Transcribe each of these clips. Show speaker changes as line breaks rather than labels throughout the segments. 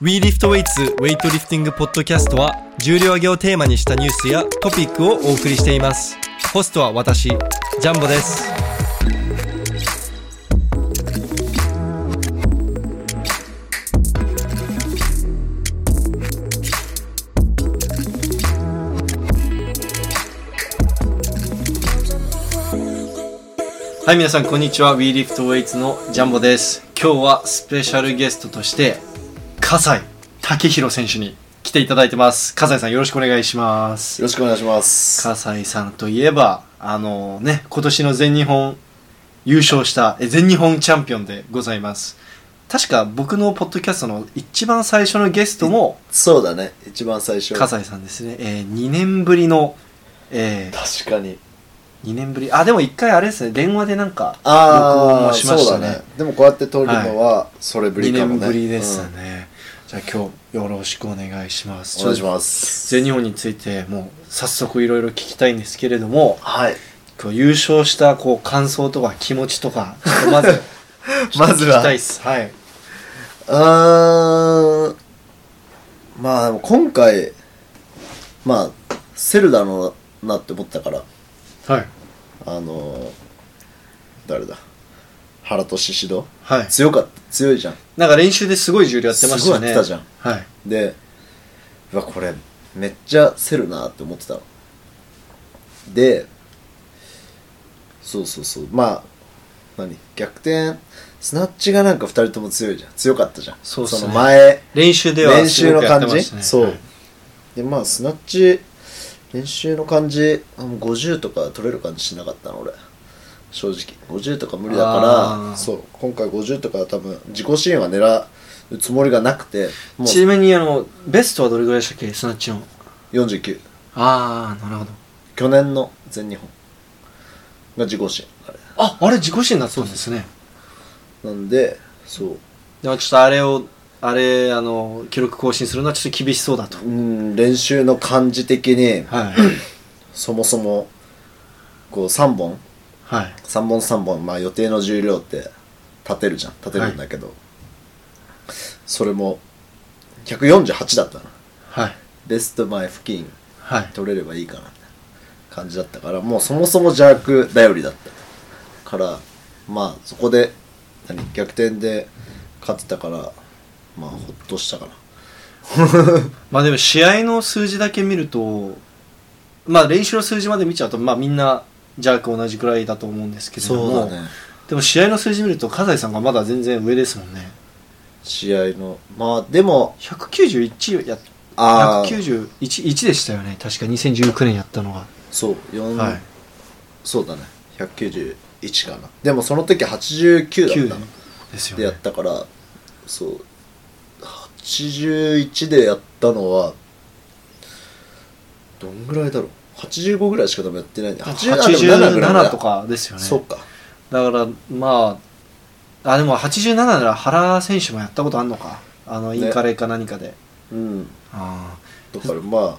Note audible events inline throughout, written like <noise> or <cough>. We Lift Weights ウェイトリフティングポッドキャストは重量挙げをテーマにしたニュースやトピックをお送りしていますホストは私ジャンボですはい皆さんこんにちは We Lift Weights のジャンボです今日はスペシャルゲストとして葛西武宏選手に来ていただいてます葛西さんよろしくお願いします
よろしくお願いします。
葛西さんといえばあのね今年の全日本優勝したえ全日本チャンピオンでございます確か僕のポッドキャストの一番最初のゲストも
そうだね、一番最初。確
葛西さんですね、えー、2年ぶりのえー、
かに。
2年ぶりあでも1回あれですね電話でなんか録音
あ
も
あ、
しまし
そ
た
うだね
ね。
でもこうやって撮るのは、それぶ
二2
りかもね。
年ぶりです
うん
ね、じゃあ今日よろしくお願いします
お願いし
す
ます。
全日本についてもう早速いろいろ聞きたいんですけれども
はい。
こう優勝したこう感想とか気持ちとかちょっとま <laughs> ず
まず
聞きたい
は
っ、すはい、
うーん。まあでも今回、まあ、セルだろうなって思ったから、
はい
あのー、誰だ。原俊志郎
はい、
強かった、強いじゃん。
なんか練習ですごい重量やってましたよね
すごいやってたじゃん
はい
でうわこれめっちゃせるなって思ってたのでそうそうそうまあ何逆転スナッチがなんか2人とも強いじゃん強かったじゃん
そうっすね
の前
練習では
練習の感
すごくやってま
じ、
したね
そう、
はい
でまあスナッチ練習の感じあの50とか取れる感じしなかったの俺正直50とか無理だ
あー
からそう今回50とかは多分自己支援は狙うつもりがなくてもう
ちなみにあのベストはどれぐらいでしたっけスナッチの
49
ああなるほど
去年の全日本が自己新あれ
ああれ自己新になってたんですね
なんでそう
でもちょっとあれをあれあの記録更新するのはちょっと厳しそうだと
うん練習の感じ的に
はい
そもそもこう3本
はい
3本3本まあ予定の重量って立てるじゃん立てるんだけど、それも148だったな
はい
ベスト前付近
はい
取れればいいかなみたいな感じだったからもうそもそも邪悪頼りだったからまあそこで何逆転で勝ってたからまあほっとしたかな
まあでも試合の数字だけ見るとまあ練習の数字まで見ちゃうとまあみんなジャーク同じくらいだと思うんですけれども
ね
でも試合の数字見ると葛西さんがまだ全然上ですもんね
試合のまあでも
191や
ああ
1911でしたよね確か2019年やったのが、
そう4、
はい
そうだね191かなでもその時89
9
だったの
ですよ
でやっ
ね
たからそう81でやったのはどんぐらいだろう85ぐらいしか多分やってないね80あでもぐらいだ
87とかですよね
そうか
だからまああでも87なら原選手もやったことあんのかあのインカレか何かで、
うん
ああ
だからまあ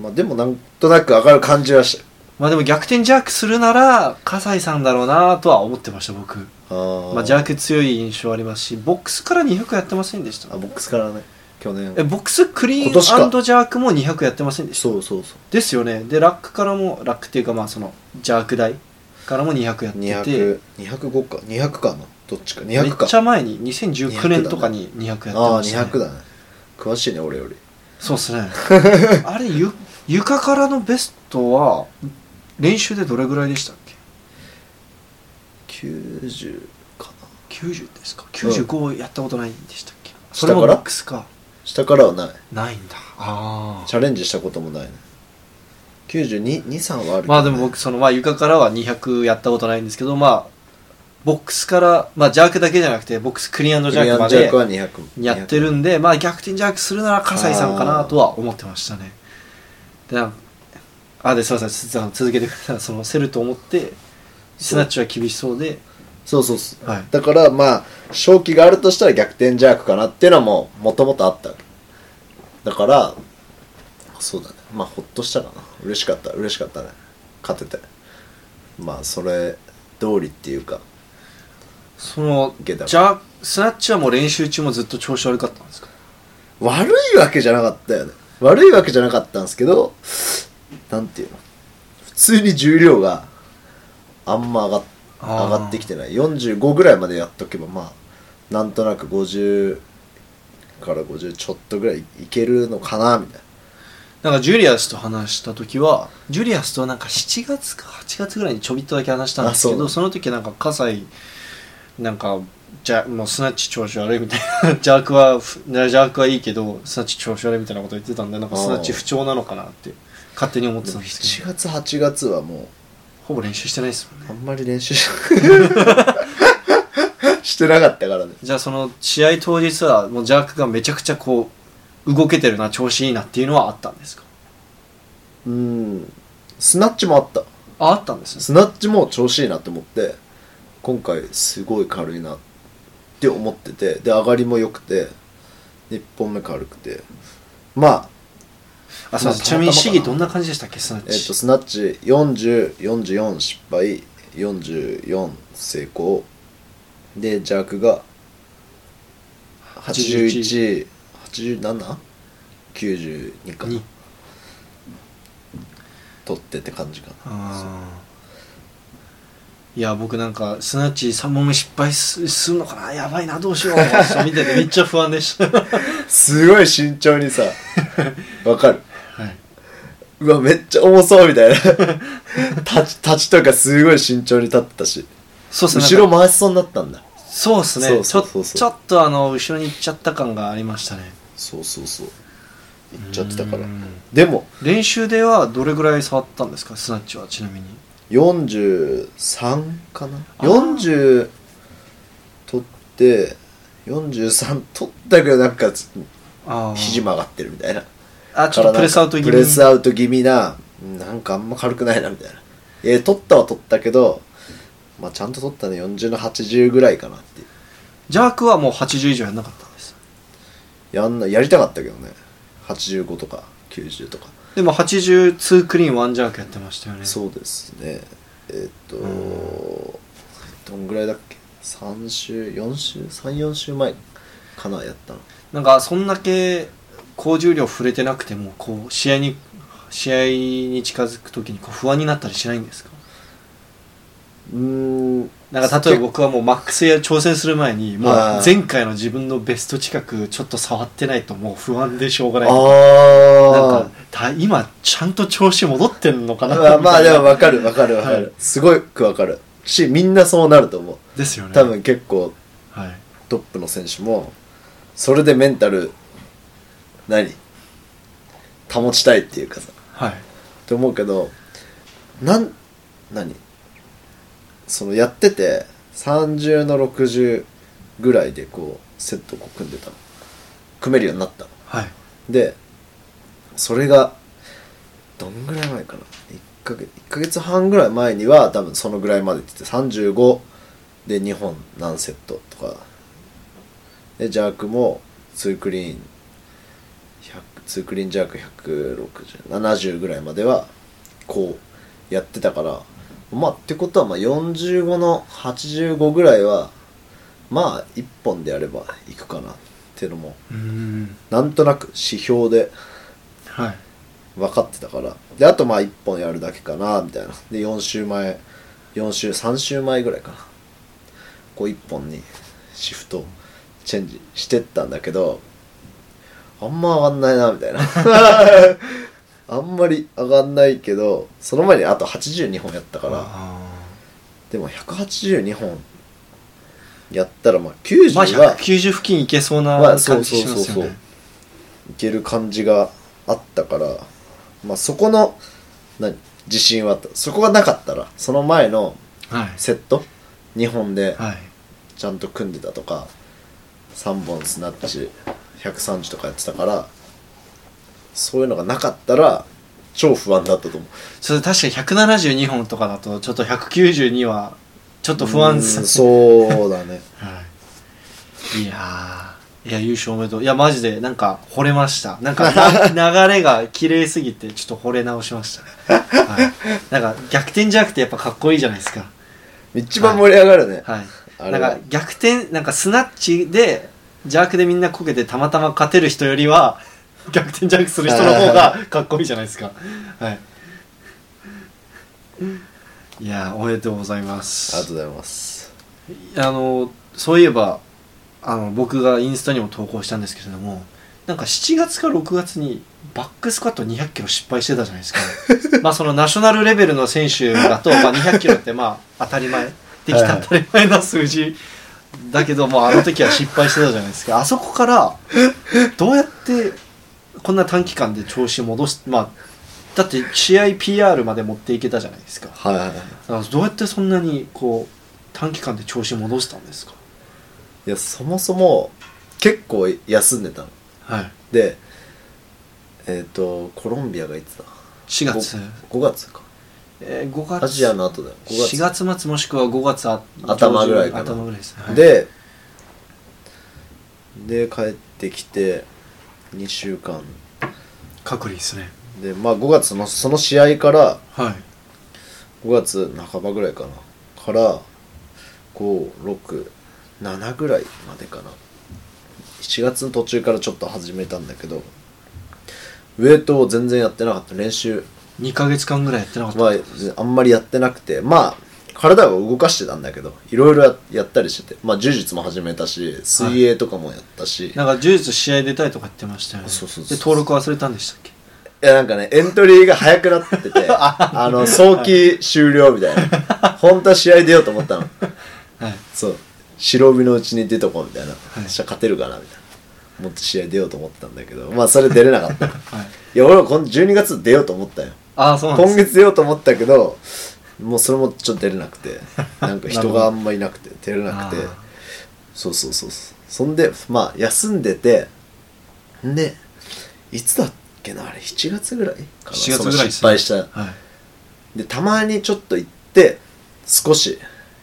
まあでもなんとなく上がる感じはした
まあでも逆転ジャークするなら葛西さんだろうなとは思ってました僕
あー
まあジャーク強い印象ありますしボックスから200やってませんでした
あボックスからね去年
えボックスクリーン
今年か
ジャークも200やってませんでした
そうそうそう
ですよねでラックからもラックっていうかまあそのジャーク台からも200やってて
200205か200かなどっちか
めっ
200か
ちゃ前に2019年とかに200やって
ああ
ました、ね、
200だね詳しいね俺より
そうっす <laughs> ねあれゆ床からのベストは練習でどれぐらいでしたっけ
90かな
90ですか95やったことないんでしたっけ、そ
下
れ
から
もボックスか
下からはない
ないんだあ
チャレンジしたこともないね923はあるけどね
まあでも僕そのまあ床からは200やったことないんですけどまあボックスからまあジャークだけじゃなくてボックスクリーンジャ
クリ
ー
ア
クま
ンジャ
で
ークは200
やってるんで、まあ、逆転ジャークするなら葛西さんかなとは思ってましたね。で、なんあ、ですいませんつ、あの続けてください。その競ると思って、スナッチは厳しそうで、
そうそうそう、
はい
だからまあ勝機があるとしたら逆転ジャークかなっていうのはもうもともとあっただからそうだねまあほっとしたかな嬉しかった嬉しかったね勝ててまあそれ通りっていうか
その、ジ
いけた
ャースナッチはもう練習中もずっと調子悪かったんですか
悪いわけじゃなかったよね悪いわけじゃなかったんですけどなんていうの普通に重量があんま上がっ
あー
上がってきてない45ぐらいまでやっとけばまあなんとなく50から50ちょっとぐらいいけるのかなみたい
なんかジュリアスと話した時はジュリアスとはなんか7月か8月ぐらいにちょびっとだけ話したんですけ
あそう
どその時はなんか葛西なんかじゃもうスナッチ調子悪いみたいな <laughs> 邪悪はふ邪悪はいいけどスナッチ調子悪いみたいなこと言ってたんでなんか
あー
スナッチ不調なのかなって勝手に思ってた
なん
ですけ
7
ど
月8月はも
ほぼ練習してないですもんね
うあんまり練
<laughs>
習ししてなかったからね
じゃあその試合当日はもう邪悪がめちゃくちゃこう動けてるな調子いいなっていうのはあったんですか
うんスナッチもあった
ああったんですね
スナッチも調子いいなって思って今回すごい軽いなって思っててで上がりも良くて1本目軽くてまあ
あそうです
まあ
ちなみに試技
た
ど
またまかな
な感
ん
じでしたっけスナッ
えっと
チ
スナッチ4044失敗44成功でジャークが818792か
に
取ってって感じかな
あーいや僕なんかスナッチ3本目失敗すするのかなやばいなどうしよう見ててめっちゃ不安でした、は
すごい慎重にさわかる
い、
うわめっちゃ重そうみたいな <laughs> 立ち立ちとかすごい慎重に立ってたし
そうですね
後
な
ろ
んか
回しそうになったんだ
そうですね
そうそうそうそう
ちょちょっとあの後ろに行っちゃった感がありましたね
そうそうそう行っちゃってたから
うん
でも
練習ではどれぐらい触ったんですかスナッチはちなみに
43かな
あー
40取って43取ったけどなんか
あー
肘曲がってるみたいな
あちょっとプレスアウト気味
プレスアウト気味なうんなんかあんま軽くないなみたいなえー、取ったは取ったけどまあちゃんと取ったね40の80ぐらいかなっていう
ジャークはもう80以上やんなかったんです
やんなやりたかったけどね85とか90とか、
でも82クリーン1ジャークやってましたよね
そうですねえーっと、
う
どんぐらいだっけ3週4週34週前かなやったの
なんかそんだけ高重量触れてなくてもこう試合に試合に近づくときにこう不安になったりしないんですか
うーん
なんか例えば僕はもうマックスや挑戦する前にもう
あー
前回の自分のベスト近くちょっと触ってないともう不安でしょうがないなん
あ
かた今ちゃんと調子戻ってんのか
あ
な
まあまあ
み
で
たいな
も分かる分かる分かる、
はい
すごく分かるしみんなそうなると思う
ですよね
多分結構
はい
トップの選手もそれでメンタル何保ちたいっていうかさ
はい
って思うけどなん何そのやってて30の60ぐらいでこうセットをこう組んでたの組めるようになったの
はい
でそれがどんぐらい前かな1ヶ月 ,1 ヶ月半ぐらい前には多分そのぐらいまでって言って35で2本何セットとかでジャークも2クリーン2クリーンジャーク16070ぐらいまではこうやってたからまあってことはまあ45の85ぐらいはまあ1本でやればいくかなっていうのも
うーん
なんとなく指標で
はい
分かってたからであとまあ1本やるだけかなみたいなで4週前4週3週前ぐらいかなこう1本にシフトチェンジしてったんだけどあんま上がんないなみたいな <laughs> あんまり上がんないけどその前にあと82本やったから
あ
でも182本やったらまあ90
ーまあ
は、
190付近いけそうな
まあそ
感
う
じ
そ
しま
うそう
すよ
そう
ね、
いける感じがあったから、まあ、そこの何自信はあったそこがなかったらその前の
はい
セット2本で
はい
ちゃんと組んでたとか3本スナッチ130とかやってたからそういうのがなかったら超不安だったと思う
それ確かに172本とかだとちょっと192はちょっと不安です
うんそうだね
はい、いやーいや優勝おめでとういやマジでなんか惚れましたなんかな <laughs> 流れが綺麗すぎてちょっと惚れ直しました、はい、なんか逆転じゃなくてやっぱかっこいいじゃないですか
一番盛り上がるね、
はい
あれ
なん
は
か逆転なんかスナッチで邪悪でみんなこけてたまたま勝てる人よりは逆転邪悪する人の方がかっこいいじゃないですかはいいやーおめでとうございます
ありがとうございます
あのそういえばあの僕がインスタにも投稿したんですけれどもなんか7月か6月にバックスクワット2 0 0キロ失敗してたじゃないですかまあそのナショナルレベルの選手だと、まあ、2 0 0キロってまあ当たり前できた当たり前な数字だけどもうあの時は失敗してたじゃないですかあそこからどうやってこんな短期間で調子戻すまあだって試合 PR まで持っていけたじゃないですか
はいはいはい
あどうやってそんなにこう短期間で調子戻したんですか
いやそもそも結構休んでたの
はい
でえっ、とコロンビアがいつだ
4月、
5月か
えー、5月
アジアの後だよ5
4月末もしくは5月あ
頭ぐらいかな
頭ぐらいですね、はい
でで帰ってきて2週間
隔離ですね
でまあ5月のその試合から
はい
5月半ばぐらいかなから567ぐらいまでかな7月の途中からちょっと始めたんだけどウェイトを全然やってなかった練習
2ヶ月間ぐらいやってなかった、
まああんまりやってなくてまあ体は動かしてたんだけどいろいろややったりしててまあ柔術も始めたし水泳とかもやったし、
なんか柔術試合出たいとか言ってましたよね
そうそうそう
で登録忘れたんでしたっけ
いやなんかね、エントリーが早くなってて、あの、早期終了みたいな。本当は試合出ようと思ったの。
はい
そう。白帯のうちに出とこうみたいな。
い
そしたら勝てるかなみたいな。もっと試合出ようと思ったんだけど、まあそれ出れなかった。い
はい
や、俺は今12月出ようと思ったよ。
ああそうなんで
今
す
月出ようと思ったけど、もうそれもちょっと出れなくて、なんか人があんまいなくて、
<laughs>
出れなくて
あー。
そうそうそうそう。そんで、まあ休んでて、んで、いつだっけな、あれ7月ぐらいかな。
7月ぐらい
その
ですね
失敗した。
はい、
でたまにちょっと行って少し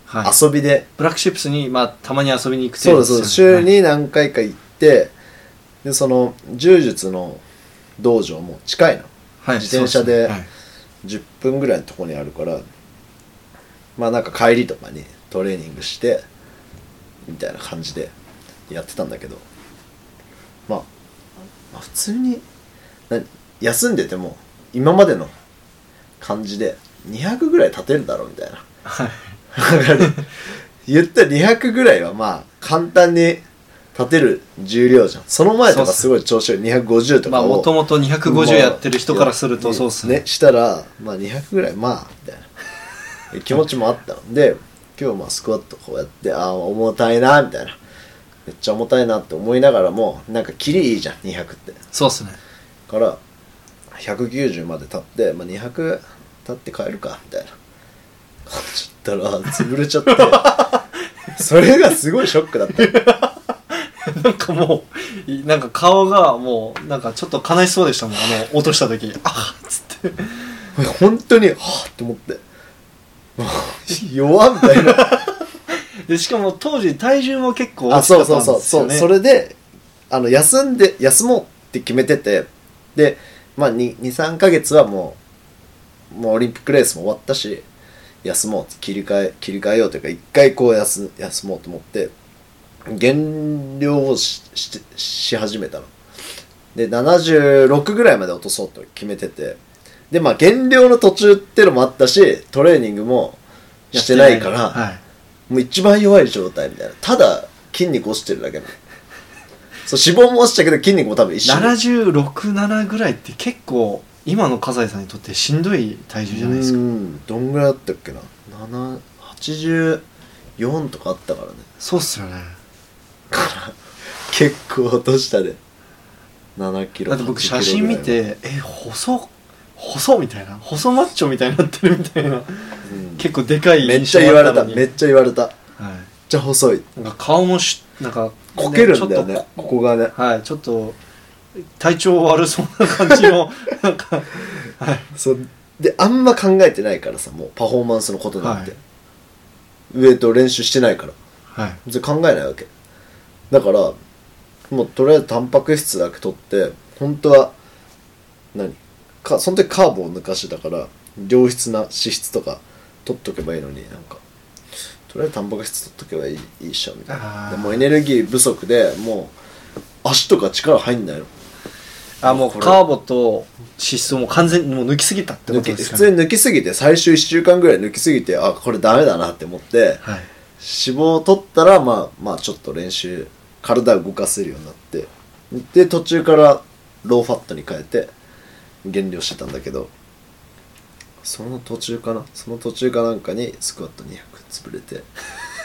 はい、
遊びで、
ブラックシップスに、まあ、たまに遊びに行く
そうだそうだ週
はい
に何回か行ってでその柔術の道場も近いの
はい
自転車で
そうすね
10分ぐらいのとこにあるからまあなんか帰りとかにトレーニングしてみたいな感じでやってたんだけどまあ、まあ普通に何休んでても今までの感じで200ぐらい立てるだろうみたいな <laughs>
はい、はい
わかる言ったら200ぐらいはまあ簡単に立てる重量じゃんその前とかすごい調子よい250と
ま
か
あ
を
もともと250やってる人からする
ま
と
あ
そうですね
ねしたらまあ200ぐらいまあみたいな <laughs> 気持ちもあったので今日まあスクワットこうやってああ重たいなみたいなめっちゃ重たいなって思いながらもなんかキリいいじゃん200って
そうですね
から190まで立って、まあ、200立って帰るかみたいな感じだったら潰れちゃって <laughs> それがすごいショックだった
<laughs> なんかもう、いなんか顔がもう、なんかちょっと悲しそうでしたもん、あの、落とした
<laughs>
時。あっつって。
本当にはあって思って <laughs> もう弱みたいな
で、しかも当時体重も結構
あ
落ちて
そ
た
うん
ですよ、
そう
ね。
そうそう、それであの休んで休もうって決めててで、まあ、23ヶ月はもうもうオリンピックレースも終わったし休もうって切り替え切り替えようというか一回こう休休もうと思って減量をししし始めたので76ぐらいまで落とそうと決めててでまあ減量の途中ってのもあったしトレーニングも
やっ
してないから
はい。
もう一番弱い状態みたいなただ筋肉落ちてるだけなのそう脂肪も落ちたけど筋肉も多分一緒に
76、7ぐらいって結構、今の笠井さんにとってしんどい体重じゃないですか。
うんどんぐらいあったっけな7 84とかあったからね <laughs>
そうっすよね。
結構落としたで7キロ
だって僕
8キロ
写真見
ぐらい
て、え、細、細みたいな。細マッチョみたいになってるみたいな。
はうん
結構でかい
めっ
印象
ちゃ言われた
のに
めっちゃ言われためっ
は
ちゃ細い
い。なんか顔もし、なんか、
こけるんだよね
ちょっと
ここがね
はい、ちょっと体調悪そうな感じ <laughs> のなんか
そうであんま考えてないからさもうパフォーマンスのことなんて、
はい
ウエイト練習してないから
はい
別に考えないわけだからもうとりあえずタンパク質だけ取って本当は何かその時カーボンを抜かしてたから良質な脂質とか取っとけばいいのになんかとりあえずタンパク質取っとけばいいいいっしょみたい
あー
なでもうエネルギー不足でもう足とか力入んないの
あもう
これ
カーボと脂質をもう完全にもう抜きすぎたってこと
抜き
です
普
か
通
ね
に抜きすぎて最終1週間ぐらい抜きすぎてあこれダメだなって思って
はい
脂肪を取ったらまあまあちょっと練習体を動かせるようになってで途中からローファットに変えて減量してたんだけどその途中かなその途中かなんかにスクワット200潰れて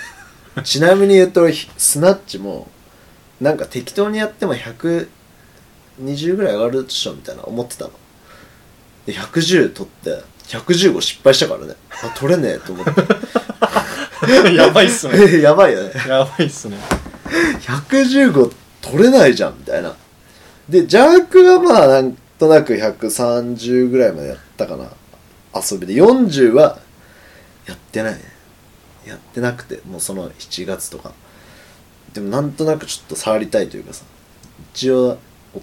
<laughs> ちなみに言うとひスナッチもなんか適当にやっても120ぐらい上がるでしょみたいな思ってたので110取って115失敗したからねあ取れねえと思って
やばいっすね
<laughs> えやばいよね
<laughs> やばいっすね
115取れないじゃんみたいなでジャークがまあなんとなく130ぐらいまでやったかな遊びで40はやってないねやってなくてもうその7月とかでもなんとなくちょっと触りたいというかさ一応お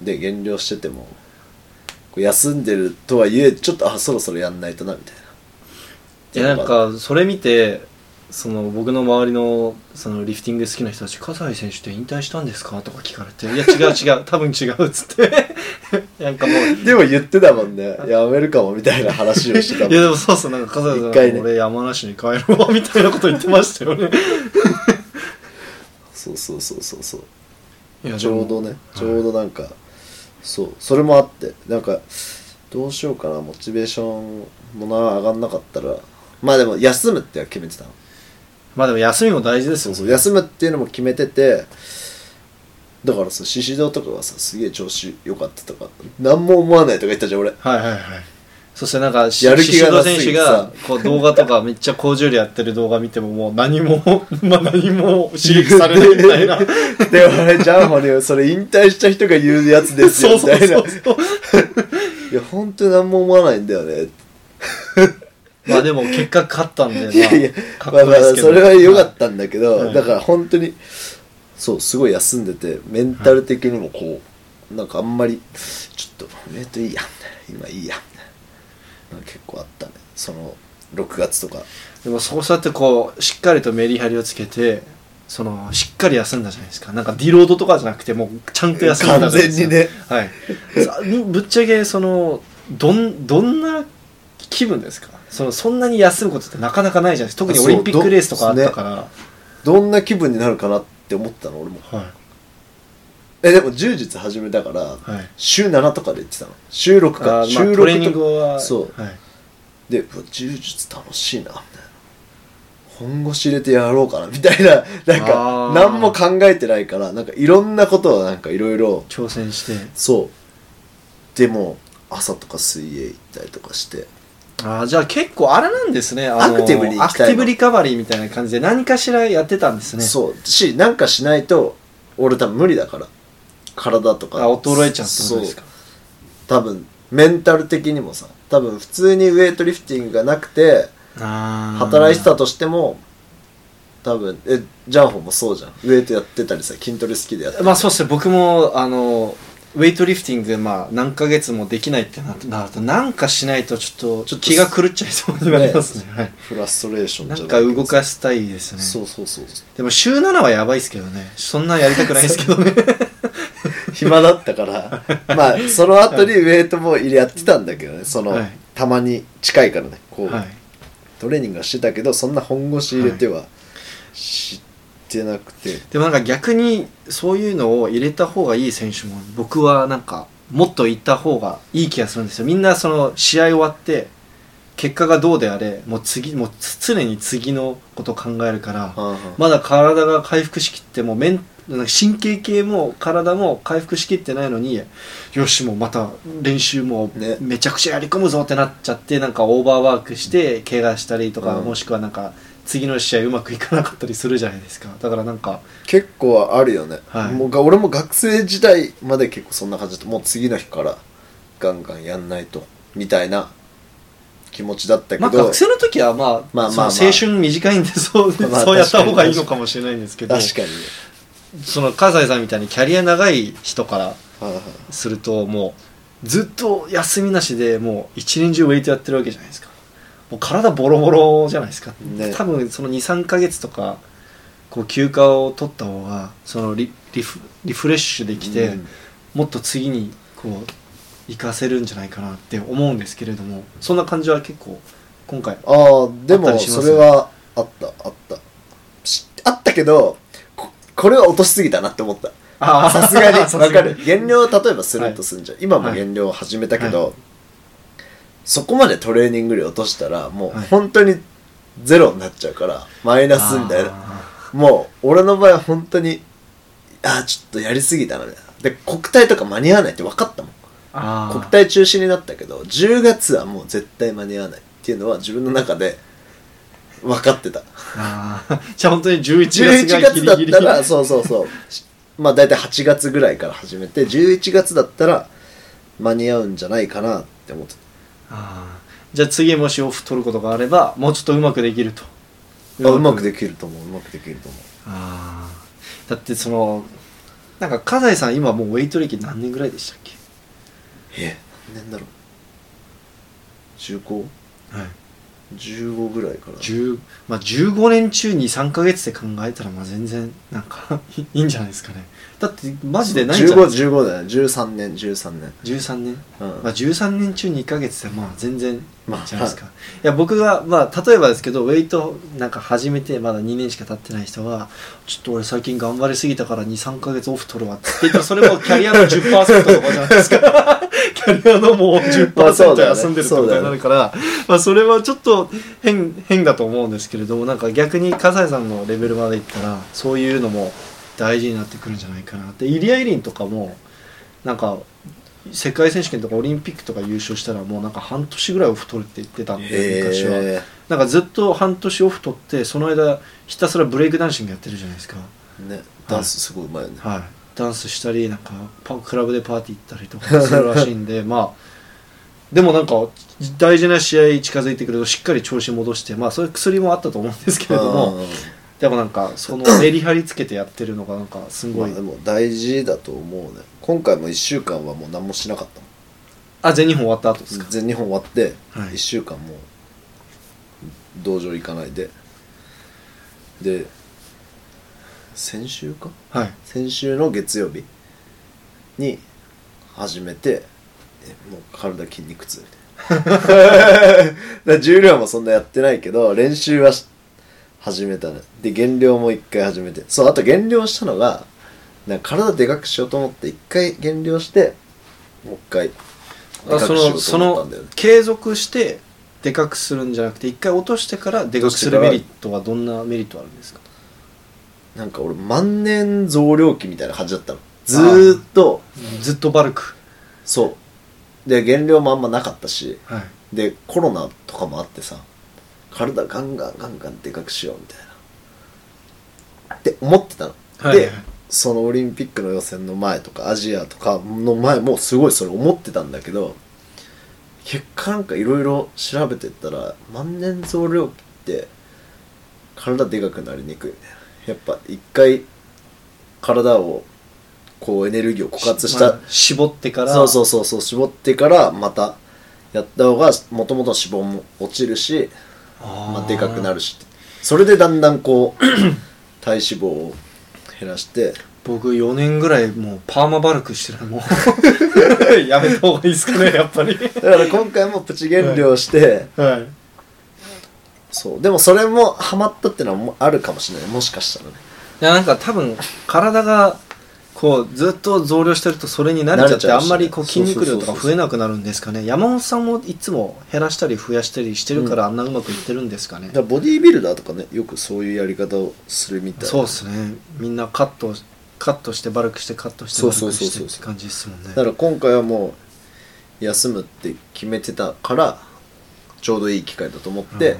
で減量しててもこう休んでるとはいえちょっとあそろそろやんないとなみたいない
やなんかそれ見てその僕の周りのそのリフティング好きな人たち「葛西選手って引退したんですか?」とか聞かれて「いや違う <laughs> 違う多分違う」っつって <laughs> なんかもうい
でも言ってたもんねやめるかもみたいな話をしてた
や
もん
でもそうそうなんか葛西さん
一回ね
俺山梨に帰ろうわ」みたいなこと言ってましたよね
そうそうそうそうそう
いや
ちょうど
で
ね
も
ちょうどなんか、そうそれもあってなんかどうしようかなモチベーションもな上がんなかったらまあでも休むっては決めてたの
まあでも休みも大事です
そ
よ
うそう休むっていうのも決めててだからさ獅子堂とかがさすげえ調子良かったとか何も思わないとか言ったじゃん俺
はいはいはいそしてなんかし
やる気がな
宍戸
す
選手
ぎて
がこう動画とかめっちゃ高重量やってる動画見てももう何も
<laughs>
まあ何も刺激されないみたいな
でもあれジャンホにそれ引退した人が言うやつ <laughs> です
そ
よ
う
み
そ
た
う
いな
そう
い
そう
や本当に何も思わないんだよね
まあでも結果勝ったんで、まあ、
いやいや、
かっ
ま
こい
あ
い
まあ
ですけど、
それは良かったんだけど、
はい
だから本当にそうすごい休んでてメンタル的にもこう、なんかあんまりちょっとえっといいや今いいやなんか結構あったねその6月とか
でもそうそうやってこうしっかりとメリハリをつけてそのしっかり休んだじゃないですかなんかディロードとかじゃなくてもうちゃんと休んだじゃ
完
ないで
全
すか
にね
はいさぶっちゃけそのどんどんな気分ですかそのそんなに休むことってなかなかないじゃないですか特にオリンピックレースとかあったから、
どんな気分になるかなって思ったの俺も
は
えでも柔術始めたから
いはい
週7とかで言ってたの週6
あ
か
ー
週
まあ、トレーニン
6
グ
とか
は
そう
はい、
でうわ柔術楽しいなみたいな本腰入れてやろうかなみたいな <laughs> なん
あ
か
ー
何も考えてないからなんかいろんなことをなんかいろいろ
挑戦して
そうでも朝とか水泳行ったりとかして
ああじゃあ結構あれなんですねあの
アクティブに行
ア
き
ク
たいの
ティブリカバリーみたいな感じで何かしらやってたんですね
そうしなんかしないと俺多分無理だから体とか
あ衰えちゃうってことですか
そう多分メンタル的にもさ多分普通にウエイトリフティングがなくて
あー
働いてたとしても多分えジャンホもそうじゃんウエイトやってたりさ筋トレ好きでやってたり
まあそうですね僕もあのウェイトリフティングまあ何ヶ月もできないってなってなるとなんかしないとちょっと
ちょっと
気が狂っちゃいそうになりますねはい
フラストレーション
な
じゃ
ん
な
か
い
動かしたいですね
そうそうそうそう
でも週7はやばいですけどねそんなんやりたくないですけどね
暇だったから
<laughs>
まあその後にウエイトもやってたんだけどねその、
はい
たまに近いからねこう、
はい
トレーニングはしてたけどそんな本腰入れては知ってなくて、
でもなんか逆にそういうのを入れた方がいい選手も僕はなんかもっといった方がいい気がするんですよみんなその試合終わって結果がどうであれもう次もう常に次のことを考えるから
はあはあ
まだ体が回復しきってもメンなんか神経系も体も回復しきってないのによしもうまた練習も
ね
めちゃくちゃやり込むぞってなっちゃってなんかオーバーワークして怪我したりとか、
うん
もしくはなんか次の試合うまくいかなかったりするじゃないですかだからなんか
結構あるよね、
はい
もうが俺も学生時代まで結構そんな感じだったもう次の日からガンガンやんないとみたいな気持ちだったけ
ま
ど、
あ学生の時はまあ、
まあまあまあ
その青春短いんでそう,、
<laughs> まあ
そうやった方がいいのかもしれないんですけど
確かにね、
その葛西さんみたいにキャリア長い人から
はいはい
するともうずっと休みなしでもう一年中ウェイトやってるわけじゃないですかもう体ボロボロじゃないですか、
ね
多分その23ヶ月とかこう休暇を取った方がそのリリフリフレッシュできて、
うん
もっと次にこう活かせるんじゃないかなって思うんですけれどもそんな感じは結構今回
ああで
あった
も
りします
それはあったあったしあったけどここれは落としすぎたなって思った
あ
<laughs> さすがに
<laughs> さすが
わ
に
かる減量を例えばするとすんじゃん、今も
はい
減量を始めたけど、
は
そこまでトレーニング量落としたらもう
はい
本当にゼロになっちゃうからマイナスみたいな
あ
もう俺の場合は本当にああちょっとやりすぎたなみたいなで国体とか間に合わないって分かったもん
ーあー
国体中止になったけど10月はもう絶対間に合わないっていうのは自分の中で分かってた
あーじゃあ本当に11月
11
がギ
月だ
リ
っ
ギリ
たらそうそうそうまあ大体8月ぐらいから始めて11月だったら間に合うんじゃないかなって思って
あーじゃあ次もしオフ取ることがあればもうちょっとうまくできると
たあうまくできると思ううまくできると思
あーだってそのなんか葛西さん今もうウェイト歴何年ぐらいでしたっけ
うえ何年だろう 15?15
はい
ぐらいから
10まあ、15年中23か月で考えたらまあ全然なんかいいんじゃないですかねだってマジでないんじゃないですか
1515だね13年13年
13年、
うん
まあ、13年中2か月でまあ全然いい
まあ
じゃないですか、い、や僕がまあ例えばですけどウェイトなんか始めてまだ2年しか経ってない人がちょっと俺最近頑張りすぎたから23か月オフ取るわって言ったらそれもキャリアの10%とかじゃないですか
<laughs>
キャリアのもう
まあそう
10%
だよね
休んでるってことになるから、まあ、それはちょっと変変だと思うんですけれどもなんか逆に笠井さんのレベルまでいったらそういうのも大事になってくるんじゃないかなってイリア・イリンとかもなんか世界選手権とかオリンピックとか優勝したらもうなんか半年ぐらいオフ取るって言ってたんで昔は
へ
なんかずっと半年オフ取ってその間ひたすらブレイクダンシングやってるじゃないですか
えねダンスすごいうまいよね
はいダンスしたりなんかパクラブでパーティー行ったりとかするらしいんでまあでもなんか大事な試合近づいてくるとしっかり調子戻してまあそういう薬もあったと思うんですけれども
うん
でもなんかそのメリハリつけてやってるのがなんかすごい
まあ、でも大事だと思うね今回も1週間はもう何もしなかったもん
あ全日本終わった後ですか
全日本終わって
はい
1週間もう道場行かないでで先週か
はい
先週の月曜日に始めてえもう体筋肉痛み
<laughs>
たいなだから重量もそんなやってないけど練習はし始めたねで減量も一回始めてそうあと減量したのがなんか体でかくしようと思って一回減量してもう一回で
あ
か
そ
くしよ
の
うと
そ
思った
の
んだよね
継続してでかくするんじゃなくて一回落としてからでかくするメリットはどんなメリットあるんですか
なんか俺万年増量期みたいな感じだったのずーっと
ずっとバルク
そうで減量もあんまなかったし
はい
でコロナとかもあってさ体ガンガンガンガンでかくしようみたいなって思ってたの、
はいはい
でそのオリンピックの予選の前とかアジアとかの前もすごいそれ思ってたんだけど結果なんかいろいろ調べてったら万年増量期って体でかくなりにくいみたいなやっぱ一回体をこうエネルギーを枯渇した
まあ絞ってから
そうそうそうそう絞ってからまたやった方がもともとの脂肪も落ちるし
あ
ま
ー
あ、でかくなるしそれでだんだんこう <clears throat> 体脂肪を減らして
僕4年ぐらいもうパーマバルクしてるも
<laughs>
うやめた方がいいですかねやっぱり
だから今回もプチ減量して、
はい
そうでもそれもハマったっていうのはもあるかもしれないもしかしたらね
いやなんか多分体がこうずっと増量してるとそれに慣れちゃっ
慣れち
て
ゃう
あ
し
んまりこう筋肉量と
そうそうそう
か
そ
増
う
えなくなるんですかね山本さんもいつも減らしたり増やしたりしてるからあんなうまくいってるんですかね
だ、からボディービルダーとかねよくそういうやり方をするみたいな
そうですねみんなカットカットしてバルクしてカットしてバル
そう
ク
そうそ
し
うそう
てって感じですもんね
だから今回はもう休むって決めてたからちょうどいい機会だと思って、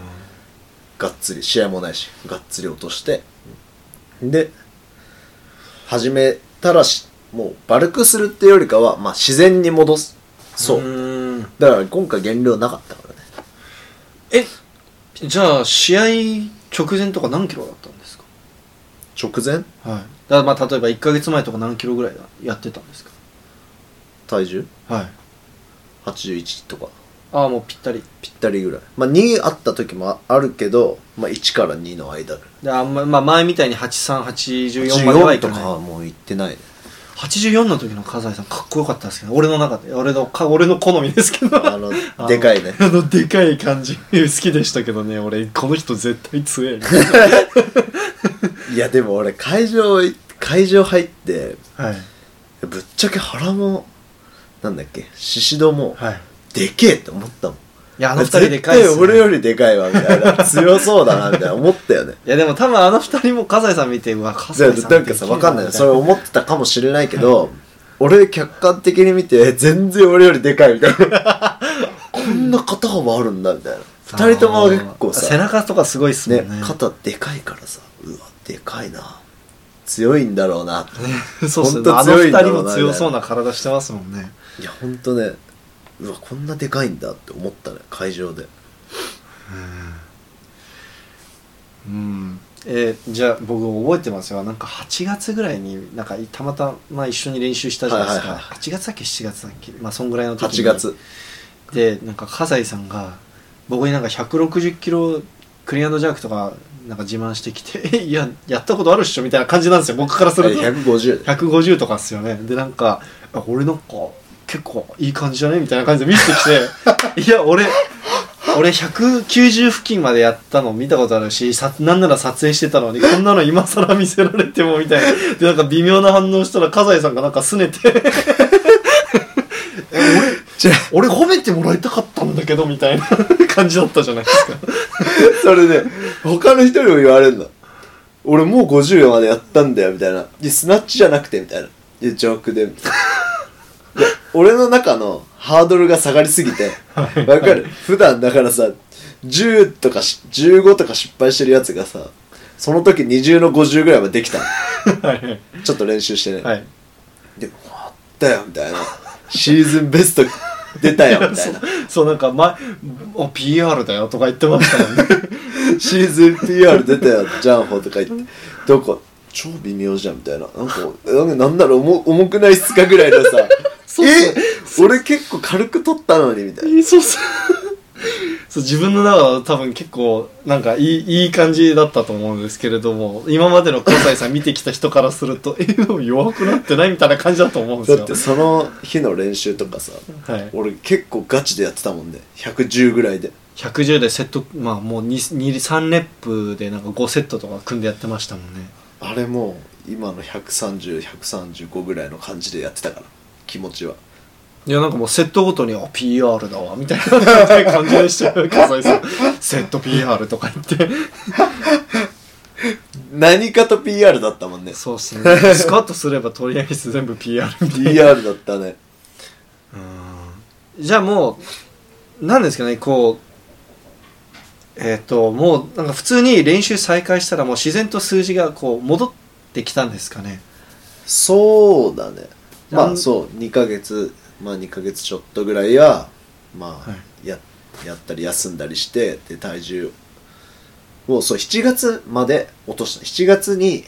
がっつり試合もないしがっつり落としてで始めたらしもうバルクするってよりかは、まあ、自然に戻すそうう
ーん
だから今回減量なかったからね
えじゃあ試合直前とか何キロだったんですか
直前
はいだからまあ例えば1か月前とか何キロぐらいやってたんですか
体重
はい
81とか
ああもうぴったり
ぴったりぐらいまあ2あった時もああるけど、まあ、1から2の間ぐらい
であんま、まあ、前みたいに8384まではい
14と
かない
かはもう行ってないね
84の時の笠井さんかっこよかったですけど俺の中で俺のか俺の好みですけど
あのでかいね
<laughs> あのでかい感じ好きでしたけどね俺この人絶対強
<laughs>
え
いやでも俺会場い会場入って
はい
ぶっちゃけ腹もなんだっけ宍戸も
はい
でけえって思ったもん
いやあの二人でかいっ
絶
す、
対俺
ね、
よりでかいわみたいな <laughs> 強そうだなみたいな思ったよね
いやでも多分あの二人も笠井さん見てうわ
じ
笠
ゃあ
井さん
なんかさわかんないよそれ
を
思ってたかもしれないけど、俺客観的に見て全然俺よりでかいみたいな
<laughs>
こんな肩幅あるんだみたいな二人とも結構
背
さ、
中とかすごいっすもん
ね
ね、
肩でかいからさうわでかいな強いんだろうな
そうっすね
ほ
あ
んと
の
強い
二
んだ
人
ろうな
も強そうな体してますもんね
いやほんとねうわこんなでかいんだって思ったね会場で
うんえーじゃあ僕覚えてますよなんか8月ぐらいになんかたまたま一緒に練習したじゃないですか、
はいはいは
8月だっけ7月だっけまあそんぐらいの時
8
に
月
でなんか葛西さんが僕になんか160キロクリアンドジャークとかなんか自慢してきて <laughs> え「いややったことあるっしょ」みたいな感じなんですよ僕からすると
150
150とかっすよねでなんか「あ俺なんか結構いい感じじゃね?」みたいな感じで見せてきて「い <laughs> や俺俺190付近までやったの見たことあるしさなんなら撮影してたのにこんなの今更見せられても」みたいなでなんか微妙な反応したら葛西さんがなんか拗ねて <laughs> え
じゃあ
俺俺褒めてもらいたかったんだけどみたいな <laughs> 感じだったじゃないですか
<laughs> それで、他の人にも言われるの。俺もう50までやったんだよ、みたいな。いや、スナッチじゃなくて、みたいな。いや、ジョークで、みたいな。で俺の中のハードルが下がりすぎて、わ
はい
かる普段だからさ、10とかし15とか失敗してるやつがさ、その時20の50ぐらいまでできたの。
<laughs> はい
ちょっと練習してね。
はい
で、終わったよ、みたいな。シーズンベスト出たよ、みたいな。
そうなんか前お PR だよとか言ってましたもんね
<laughs> シーズン PR 出たよ、ジャンホとか言って、どこ超微妙じゃんみたいな。なんか、なんかなんだろう重、重くないっすかぐらいのさ、
<laughs> そう
え俺結構軽く取ったのにみたいな。
えーそうそうそう自分の中は多分結構なんかいいいい感じだったと思うんですけれども今までの香西さん見てきた人からすると <laughs> えでも弱くなってないみたいな感じだと思うんです
だっ
よ
てその日の練習とかさ、
はい、
俺結構ガチでやってたもんね。110ぐらいで。
110でセットまあもう3レップでなんか5セットとか組んでやってましたもんね
あれもう、今の130、135ぐらいの感じでやってたから、気持ちは。
いやなんかもうセットごとに「あ PR だわ」みたいな感じでしたよ香西さ <laughs> ん「セット PR」とか言って <laughs>
何かと PR だったもんね。
そうっすねスカッとすればとりあえず全部 PR みたいな
PR だったね。
じゃあもう、なんですかね、こう、えっ、と、もう、なんか普通に練習再開したら、もう自然と数字がこう、戻ってきたんですかね。
そうだねま
なん
あそう2ヶ月まあ2ヶ月ちょっとぐらいはまあ、
は
ややったり休んだりしてで体重をそう7月まで落とした7月に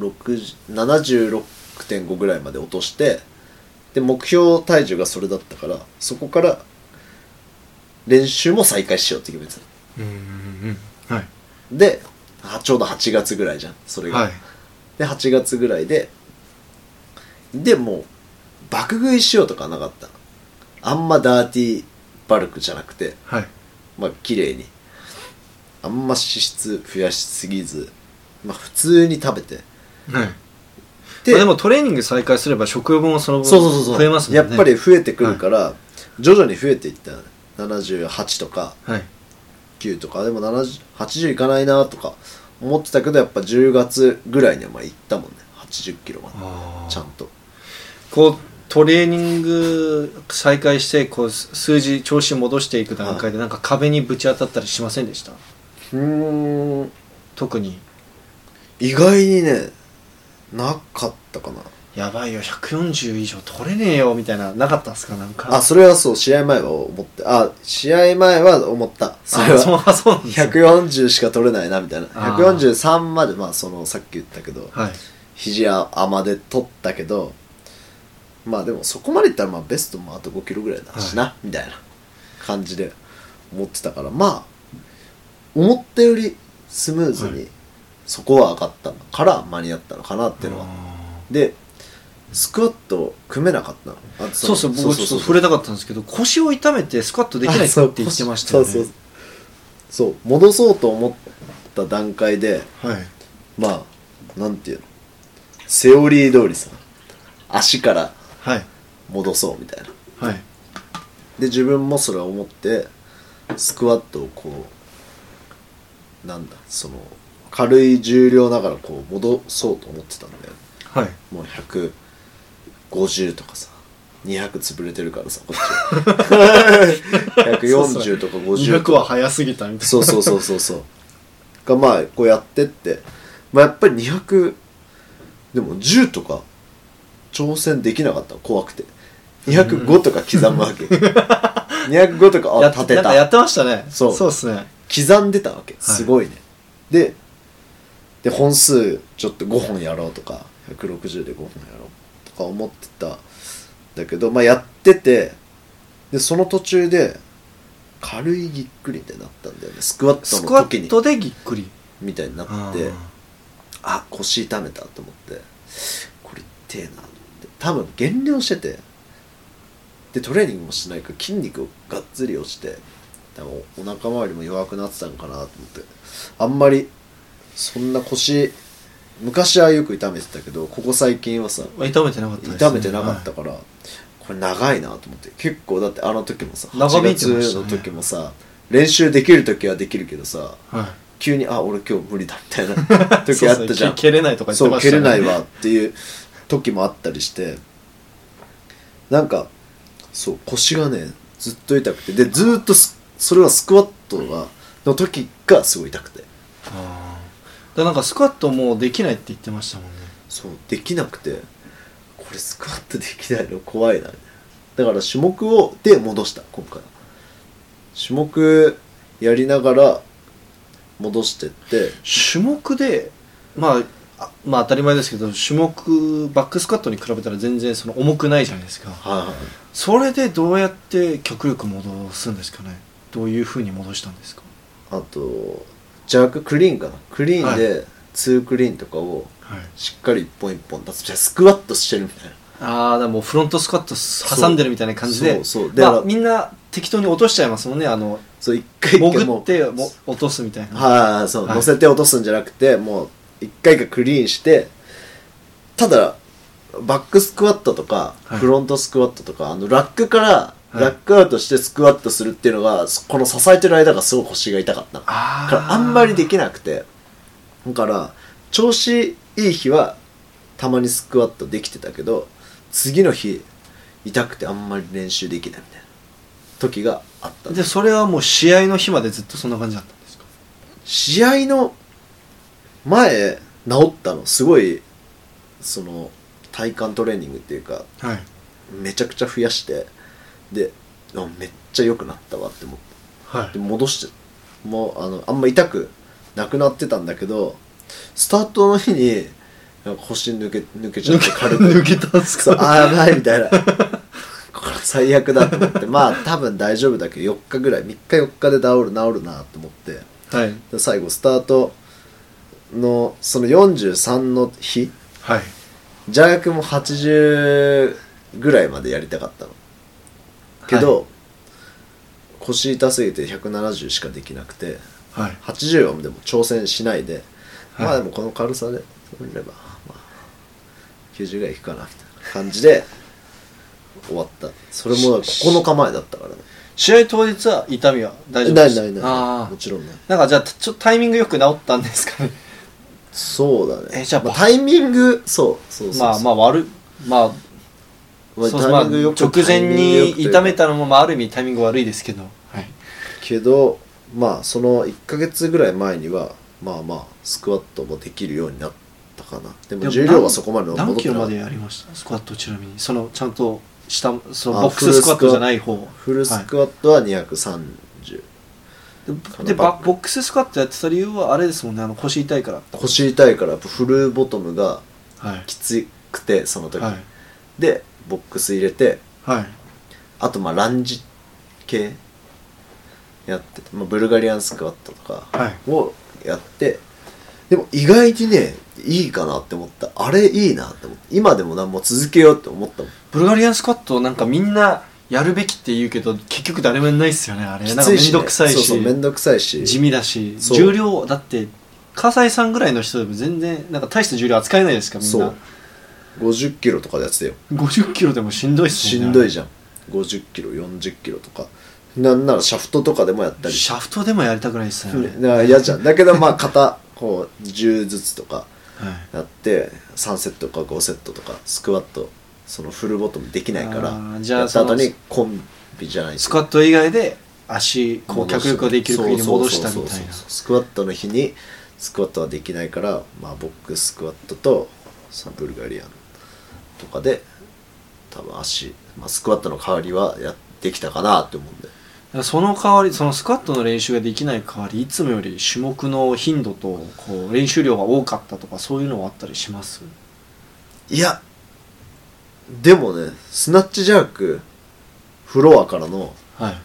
60 76.5ぐらいまで落としてで目標体重がそれだったからそこから練習も再開しようって決めてた
うんうん。はい。
であちょうど8月ぐらいじゃんそれが、
はい。
で8月ぐらいででもう爆食いしようとかなかったあんまダーティーバルクじゃなくて
はい。
まあ綺麗にあんま脂質増やしすぎずまあ普通に食べて
はい。
で
まあでもトレーニング再開すれば食分もその分
そうそうそうそう
増えますもんね。
やっぱり。増えてくるから、徐々に増えていったよね78とか
はい。
9とかでも70 80いかないなとか思ってたけどやっぱ10月ぐらいにはまあ行ったもんね80キロまでちゃんと
こう、トレーニング再開して、こう、数字、調子戻していく段階で、なんか壁にぶち当たったりしませんでした
うーん
特に。
意外にねなかったかな
やばいよ140以上取れねえよみたいななかったっすかなんか
あそれはそう試合前は思ってあ試合前は思ったそれ
あそう
は
あそうなんです
<laughs>
ね
140しか取れないなみたいな
あー
143までまあそのさっき言ったけど
はい
肘甘で取ったけどまあでもそこまでいったらまあベストもあと5キロぐらいだしな、みたいな感じで思ってたからまあ思ったよりスムーズ
は
にそこは上がったから間に合ったのかなっていうのは、でスクワットを組めなかったのあの
そうそう僕ちょっと触れたかったんですけど腰を痛めてスクワットできないって言ってましたよね
そうそうそう戻そうと思った段階で
はい
まあなんていうのセオリー通りさ足から
はい
戻そうみたいな
はい
で自分もそれを思ってスクワットをこうなんだその軽い重量ながらこう戻そうと思ってたんだよ
はい
もう150とかさ200潰れてるからさこ
<laughs>
っち140とか50と
200
か
は早すぎたみたい
そうそうそうそうそうがまあこうやってってまあやっぱり200でも10とか挑戦できなかった怖くて205とか刻
<laughs>
むわけ205とか
な
あ
や
立て
なんかや
た
ってましたね
そう
そうですね
刻んでたわけすごいね、でで本数ちょっと5本やろうとか160で5本やろうとか思ってたんだけどまあやっててでその途中で軽いぎっくりってなったんだよねスクワッ
ス
ト
ク
の
ワ
時に
ットでぎっくり
みたいになってあ腰痛めたと思ってこれ痛えなと思って多分減量しててでトレーニングもしないから筋肉がっつり落ちて多分お腹周りも弱くなってたのかなと思ってあんまりそんな腰昔はよく痛めてたけどここ最近はさ
あー痛めてなかったですね
痛めてなかった
は
から、これ長いなと思って結構だってあの時もさ
長
8
引いてまし
月
たね
の時もさ、練習できる時はできるけどさ
いはい
急にあ俺今日無理だみたいな時あったじゃん
そうそう蹴蹴れないとか言って
そう
まし
蹴
た
れ
ね
ないわっていう時もあったりしてなんかそう腰がねずっと痛くてでずーっとスそれはスクワットがの時がすごい痛くて
あーだからなんかスクワットもうできないって言ってましたもんね
そうできなくてこれスクワットできないの怖いなだから種目をで戻した今回は種目やりながら戻してって
種目でまああまあ当たり前ですけど種目バックスクワットに比べたら全然その重くないじゃないですか
はいはい
それでどうやって極力戻すんですかねどういうふうに戻したんですか
あとジャーククリーンかなクリーンで2クリーンとかを
はい
しっかり一本一本出すじゃあスクワットしてるみたいな
ああだからもうフロントスクワット挟んでるみたいな感じで
そうそうで、
まあ、みんな適当に落としちゃいますもんねあの
そう一回一回
潜
もう
っても落とすみたいな
はいそう、
はい
乗せて落とすんじゃなくてもう一回かクリーンしてただバックスクワットとか、
はい
フロントスクワットとかあのラックから
い
ラックアウトしてスクワットするっていうのが、この支えてる間がすごい腰が痛かったのだか
あ
らあんまりで
き
きなくてだから調子いい日はたまにスクワットできてたけど次の日痛くてあんまり練習できないみたいな時があった
でそれはもう試合の日までずっとそんな感じだったんですか
試合の前治ったのすごいその体幹トレーニングっていうか
はい
めちゃくちゃ増やしてであめっちゃ良くなったわって思って。
は
で戻してもうあのあんま痛くなくなってたんだけどスタートの日になんか腰抜け抜けちゃって軽く
<laughs> 抜けたんす
そう
か
あーやばいみたいな <laughs> これ最悪だと思ってまあ多分大丈夫だけど4日ぐらい3日4日で治る治るなと思って
はい
で最後スタートのその43の日
はい
邪悪も80ぐらいまでやりたかったのけど、腰痛すぎて170しかできなくて
はい
80はでも挑戦しないで、
はい
まあでもこの軽さで取れれば、まあ、90ぐらいいくかなみたいな感じで終わったそれも9日前だったからね
試合当日は痛みは大丈夫
な
で
い
す
ないな
あ
い
あ
もちろんね
なんかじゃあちょっとタイミングよく治ったんですかね
そうだね
えじゃあ
まタイミングそうそうそうそう
まあまあ悪いまあ
まあ
そう
タイミングよ
ま
く
あ直前
タイミングよくと
に
いう
痛
か
めたのも、まあ、ある意味タイミング悪いですけど、はい、
けどまあその1ヶ月ぐらい前にはまあまあスクワットもできるようになったかなでも重量はそこまで戻ってな
何キロ
か
ま
っ
で
た
やりましたスクワットちなみにそのちゃんと下その
あ
ボックススクワットじゃない方
フルス
はい
クワットは230
ででバボックススクワットやってた理由はあれですもんねあの腰痛いから
腰痛いからやっぱフルボトムが
はい
きつくてその時、
はい
でボックス入れて
はい
あとまあランジ系やってて、まあ、ブルガリアンスクワットと
は
かをやって、でも意外にねいいかなって思ったあれいいなって思った今でも何も続けようって思ったもん
ブルガリアンスカットなんかみんなやるべきって言うけど結局誰もやんないっすよねあれ
き
なんか
つい
めん
し、
どくさいし
そうそうめんどくさいし
地味だし
そう
重量だって葛西さんぐらいの人でも全然なんか大した重量扱えないですかみん
そ
な
う50キロとかでやってたよ
50キロでもしんどいっす
し
もね
んどいじゃん50キロ40キロとかなんならシャフトとかでもやったり
シャフトでもやりたくないっすよね、
<laughs> だから嫌じゃんだけどまあ肩こう10ずつとか
はい
やって3セットか5セットとかスクワットそのフルボトムできない
あ
か
ー
ら
じゃあ
やった後
そ
に
の
コンビじゃない
スクワット以外で足こう脚力ができる国に戻したみた
そう
い
そう
な
そうそうスクワットの日にスクワットはできないからまあボックススクワットとそのブルガリアンとかで多分足、まあ、スクワットの代わりはやってきたかなって思うんで
だからその代わりそのスクワットの練習ができない代わりいつもより種目の頻度とこう練習量が多かったとかそういうのはあったりします
いやでもねスナッチジャークフロアからの
はい
ま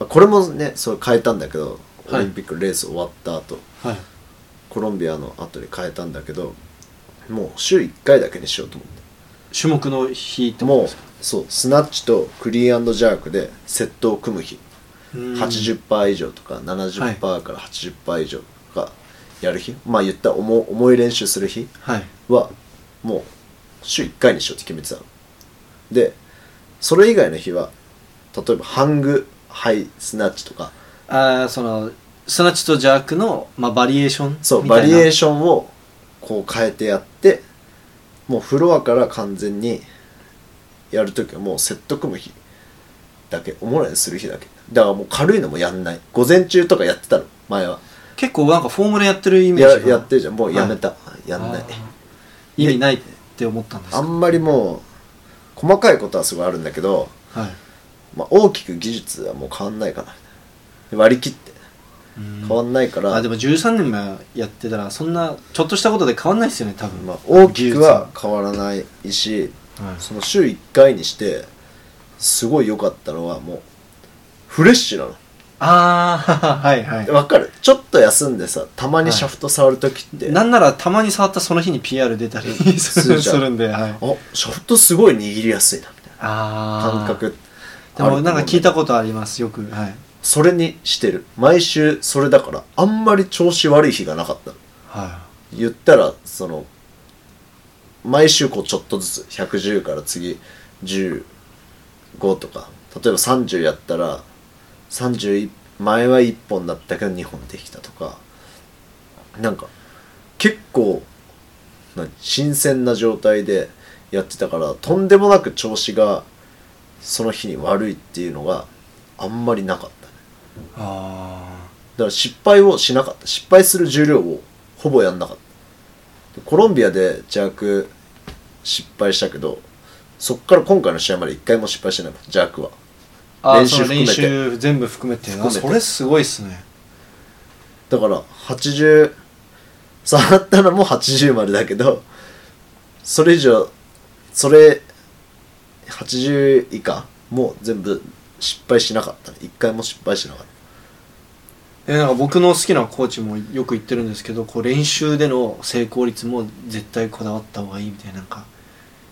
あこれもねそれ変えたんだけど、
はい
オリンピックレース終わった後
はい
コロンビアの後に変えたんだけどもう週1回だけにしようと思って
種目の日ってこと
も
で
う
すか
そうスナッチとクリーンジャークでセットを組む日、
うん
80%以上とか70%から80%以上とかやる日、まあ言ったら重重い練習する日
はい
はもう週1回にしようって決めてたのでそれ以外の日は例えばハングハイスナッチとか
ああそのスナッチとジャークの、まあ、バリエーション
そう
みた
バ
いな
リエーションをこう変えてやってもうフロアから完全にやるときはもうセット組む日だけおもらいする日だけだからもう軽いのもやんない午前中とかやってたの前は
結構なんかフォームでやってるイメー
や
ジが
やってるじゃんもうやめた、やんない
あー意味ないって思ったんです
あ
か
んまりもう細かいことはすごいあるんだけど、
はい
まあ、大きく技術はもう変わんないかな割り切って
うん
変わんないから、
あでも13年前やってたらそんなちょっとしたことで変わんないですよね多分、
まあ、大きくは変わらないし
はい
その週1回にしてすごい良かったのはもうフレッシュなの
ああはいはい
わかるちょっと休んでさたまにシャフト触るときって、
なんならたまに触ったその日に PR 出
<laughs>
たりす
する
る
じゃん
んで、はい、
あシャフトすごい握りやすいなみたい
あ
な感覚
でもなんか聞い
あると思うんだけど
たことありますよくはい
それにしてる毎週それだからあんまり調子悪い日がなかったの
は
言ったらその毎週こうちょっとずつ110から次15とか例えば30やったら31前は1本だったけど2本できたとかなんか結構何新鮮な状態でやってたからとんでもなく調子がその日に悪いっていうのがあんまりなかったね
いあ
だから失敗をしなかった失敗する重量をほぼやんなかったでコロンビアでジャーク失敗したけどそっから今回の試合まで一回も失敗してないもんジャークは
あ
練
練
習
習
含
練
めて
習全部含めて
含めて
あそれすごいっすね
だから80触ったのも80までだけどそれ以上それ80以下もう全部失敗しなかったね一回も失敗しなかった
えなんか僕の好きなコーチもよく言ってるんですけどこう練習での成功率も絶対こだわった方がいいみたいななんか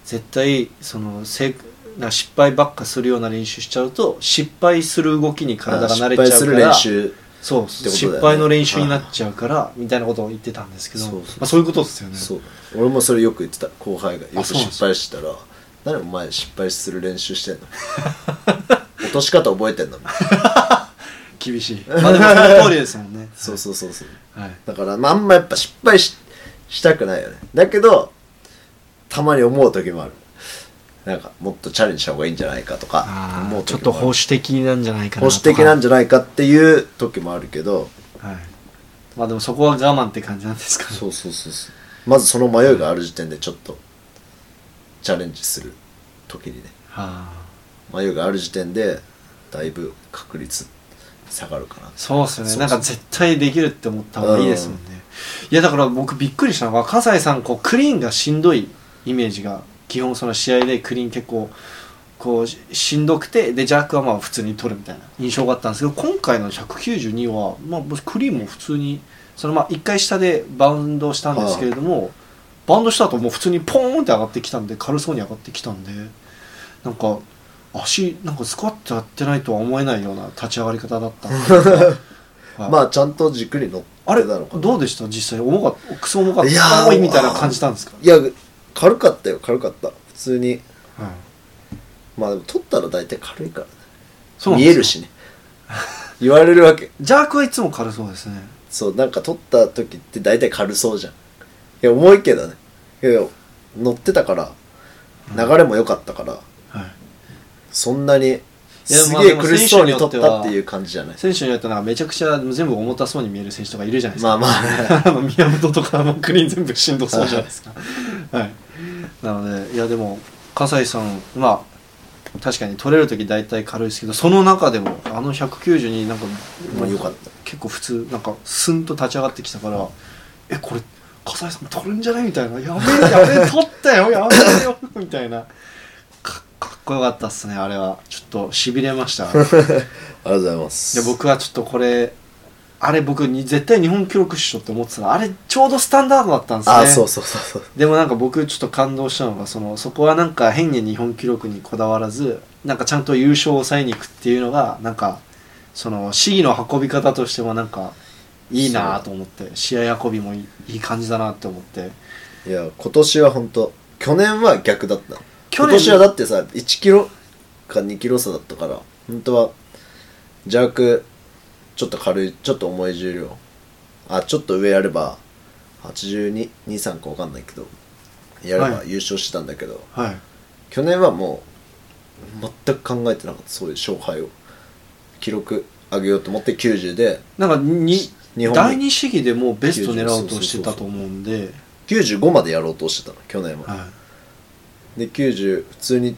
絶対そのせな失敗ばっかするような練習しちゃうと失敗する動きに体が慣れちゃうから
失敗する練習
そう、
ことだよね
失敗の練習になっちゃうからみたいなことを言ってたんですけど
そうそう
まあ、そういうことですよね
そう俺もそれよく言ってた後輩がよ
あ
く
そうなんです
失敗したら「何お前失敗する練習してんの <laughs> 落とし方覚えてんの?みたいな
厳
<laughs>
しいまあでもその通りですもんね」
そうそうそうそう
はい
だから、まあ、あんまやっぱ失敗ししたくないよねだけどたまに思う時もあるなんかもっとチャレンジした方がいいんじゃないかとか
あ
思
ー
う
ちょっ
時
と
もある
保守的なんじゃないか
保
な
守的なんじゃないかっていう時もあるけど
ゃはいまあでもそこは我慢って感じなんですかね
そうそうそうそうまずその迷いがある時点でちょっとチャレンジする時にね
はあ
眉がある時点でだいぶ確率下がるかな
そうっすよね
そう
なんか絶対できるって思った方がいいですもんね、いやだから僕びっくりしたのが葛西さんこうクリーンがしんどいイメージが基本その試合でクリーン結構ここうししんどくてでジャックはまあ普通に取るみたいな印象があったんですけど今回の192は、まあ、僕クリーンも普通にそのまあ1回下でバウンドしたんですけれども、バウンドした後もう普通にポーンって上がってきたんで軽そうに上がってきたんでなんか足なんかスクワットやってないとは思えないような立ち上がり方だったんではい
<laughs> まあちゃんと軸に乗って
あれ
たのかな
どうでした実際重かったクソ重かった
いやー
重いみたいな感じたんですか、
いや軽かったよ軽かった普通に
はい
まあでも取ったら大体軽いからね
そうなん
見
ですよ <laughs>
えるしね言われるわけ
ジャークはいつも軽そうですね
そうなんか取った時って大体軽そうじゃんいや重いけどねけど乗ってたから流れも良かったから、
はい
そんなに
や
す
まあ
げ
で
え
も
苦しそうに
選
取
手
っ
によって
た
は
っていう感じじゃない
選手によってはなんかめちゃくちゃ全部重たそうに見える選手とかいるじゃないです
ま
か、
あま
<laughs>
あね
まあ、宮本とかもクリーン全部しんどそうじゃないですかはいなのでいやでも葛西さんまあ確かに取れる時大体軽いですけどその中でもあの192なんか
まあ良かった
結構普通なんかスンと立ち上がってきたから「えこれ笠井さん取るんじゃない?」みたいな「やべえやべえ取ったよやべえよ」みたいなかかっこよかったっすねあれはちょっとしびれました
ありがとうございます
で僕はちょっとこれあれ僕に絶対日本記録っしょって思ってたらあれちょうどスタンダードだったんですね
ああそうそうそうそう
でもなんか僕ちょっと感動したのがそのそこはなんか変に日本記録にこだわらずなんかちゃんと優勝を抑えに行くっていうのがなんかその試技の運び方としてもなんかいいなと思って試合運びもいいいい感じだなって思って
いや今年は本当去年は逆だった
去
今
年
年はだってさ1キロか2キロ差だったから本当は弱ちょっと軽いちょっと重い重量あちょっと上やれば82223か分かんないけどやれば
はい
優勝してたんだけど、
はい
去年はもう全く考えてなかったそういう勝敗を記録上げようと思って90で
なんかに
日本
第
に
二試技でもうベスト狙おうとしてたと思うんで
95までやろうとしてたの去年は、
は
で90普通に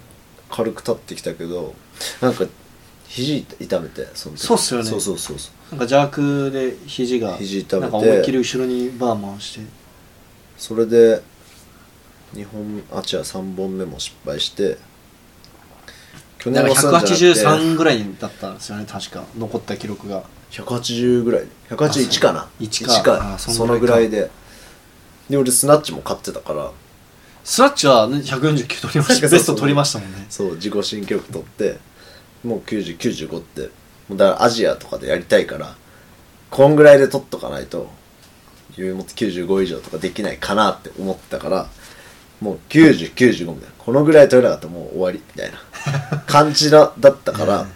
軽く立ってきたけどなんか肘痛めてその時
そうっすよね
そうそうそうそう
いなんか邪悪で肘が
肘痛め
な
て
んか思いっきり後ろにバー回して
それで2本あ違う3本目も失敗して去
なんか
はそうじゃなく
183
て
ぐらいだったんですよね確か残った記録が
180ぐらい181かな
あそう1
1
か
か
あそ
そ
ん
の
ぐ
ぐ
ら
ら
い
いでで俺スナッチも勝ってたから
スラッチは、ね、149取りましたベスト取りましたもんね
そう自己新記録取ってもう9095ってもうだからアジアとかでやりたいからこんぐらいで取っとかないと余裕持って95以上とかできないかなって思ってたからもう9095みたいなこのぐらい取れなかったらもう終わりみたいな感じだだったから、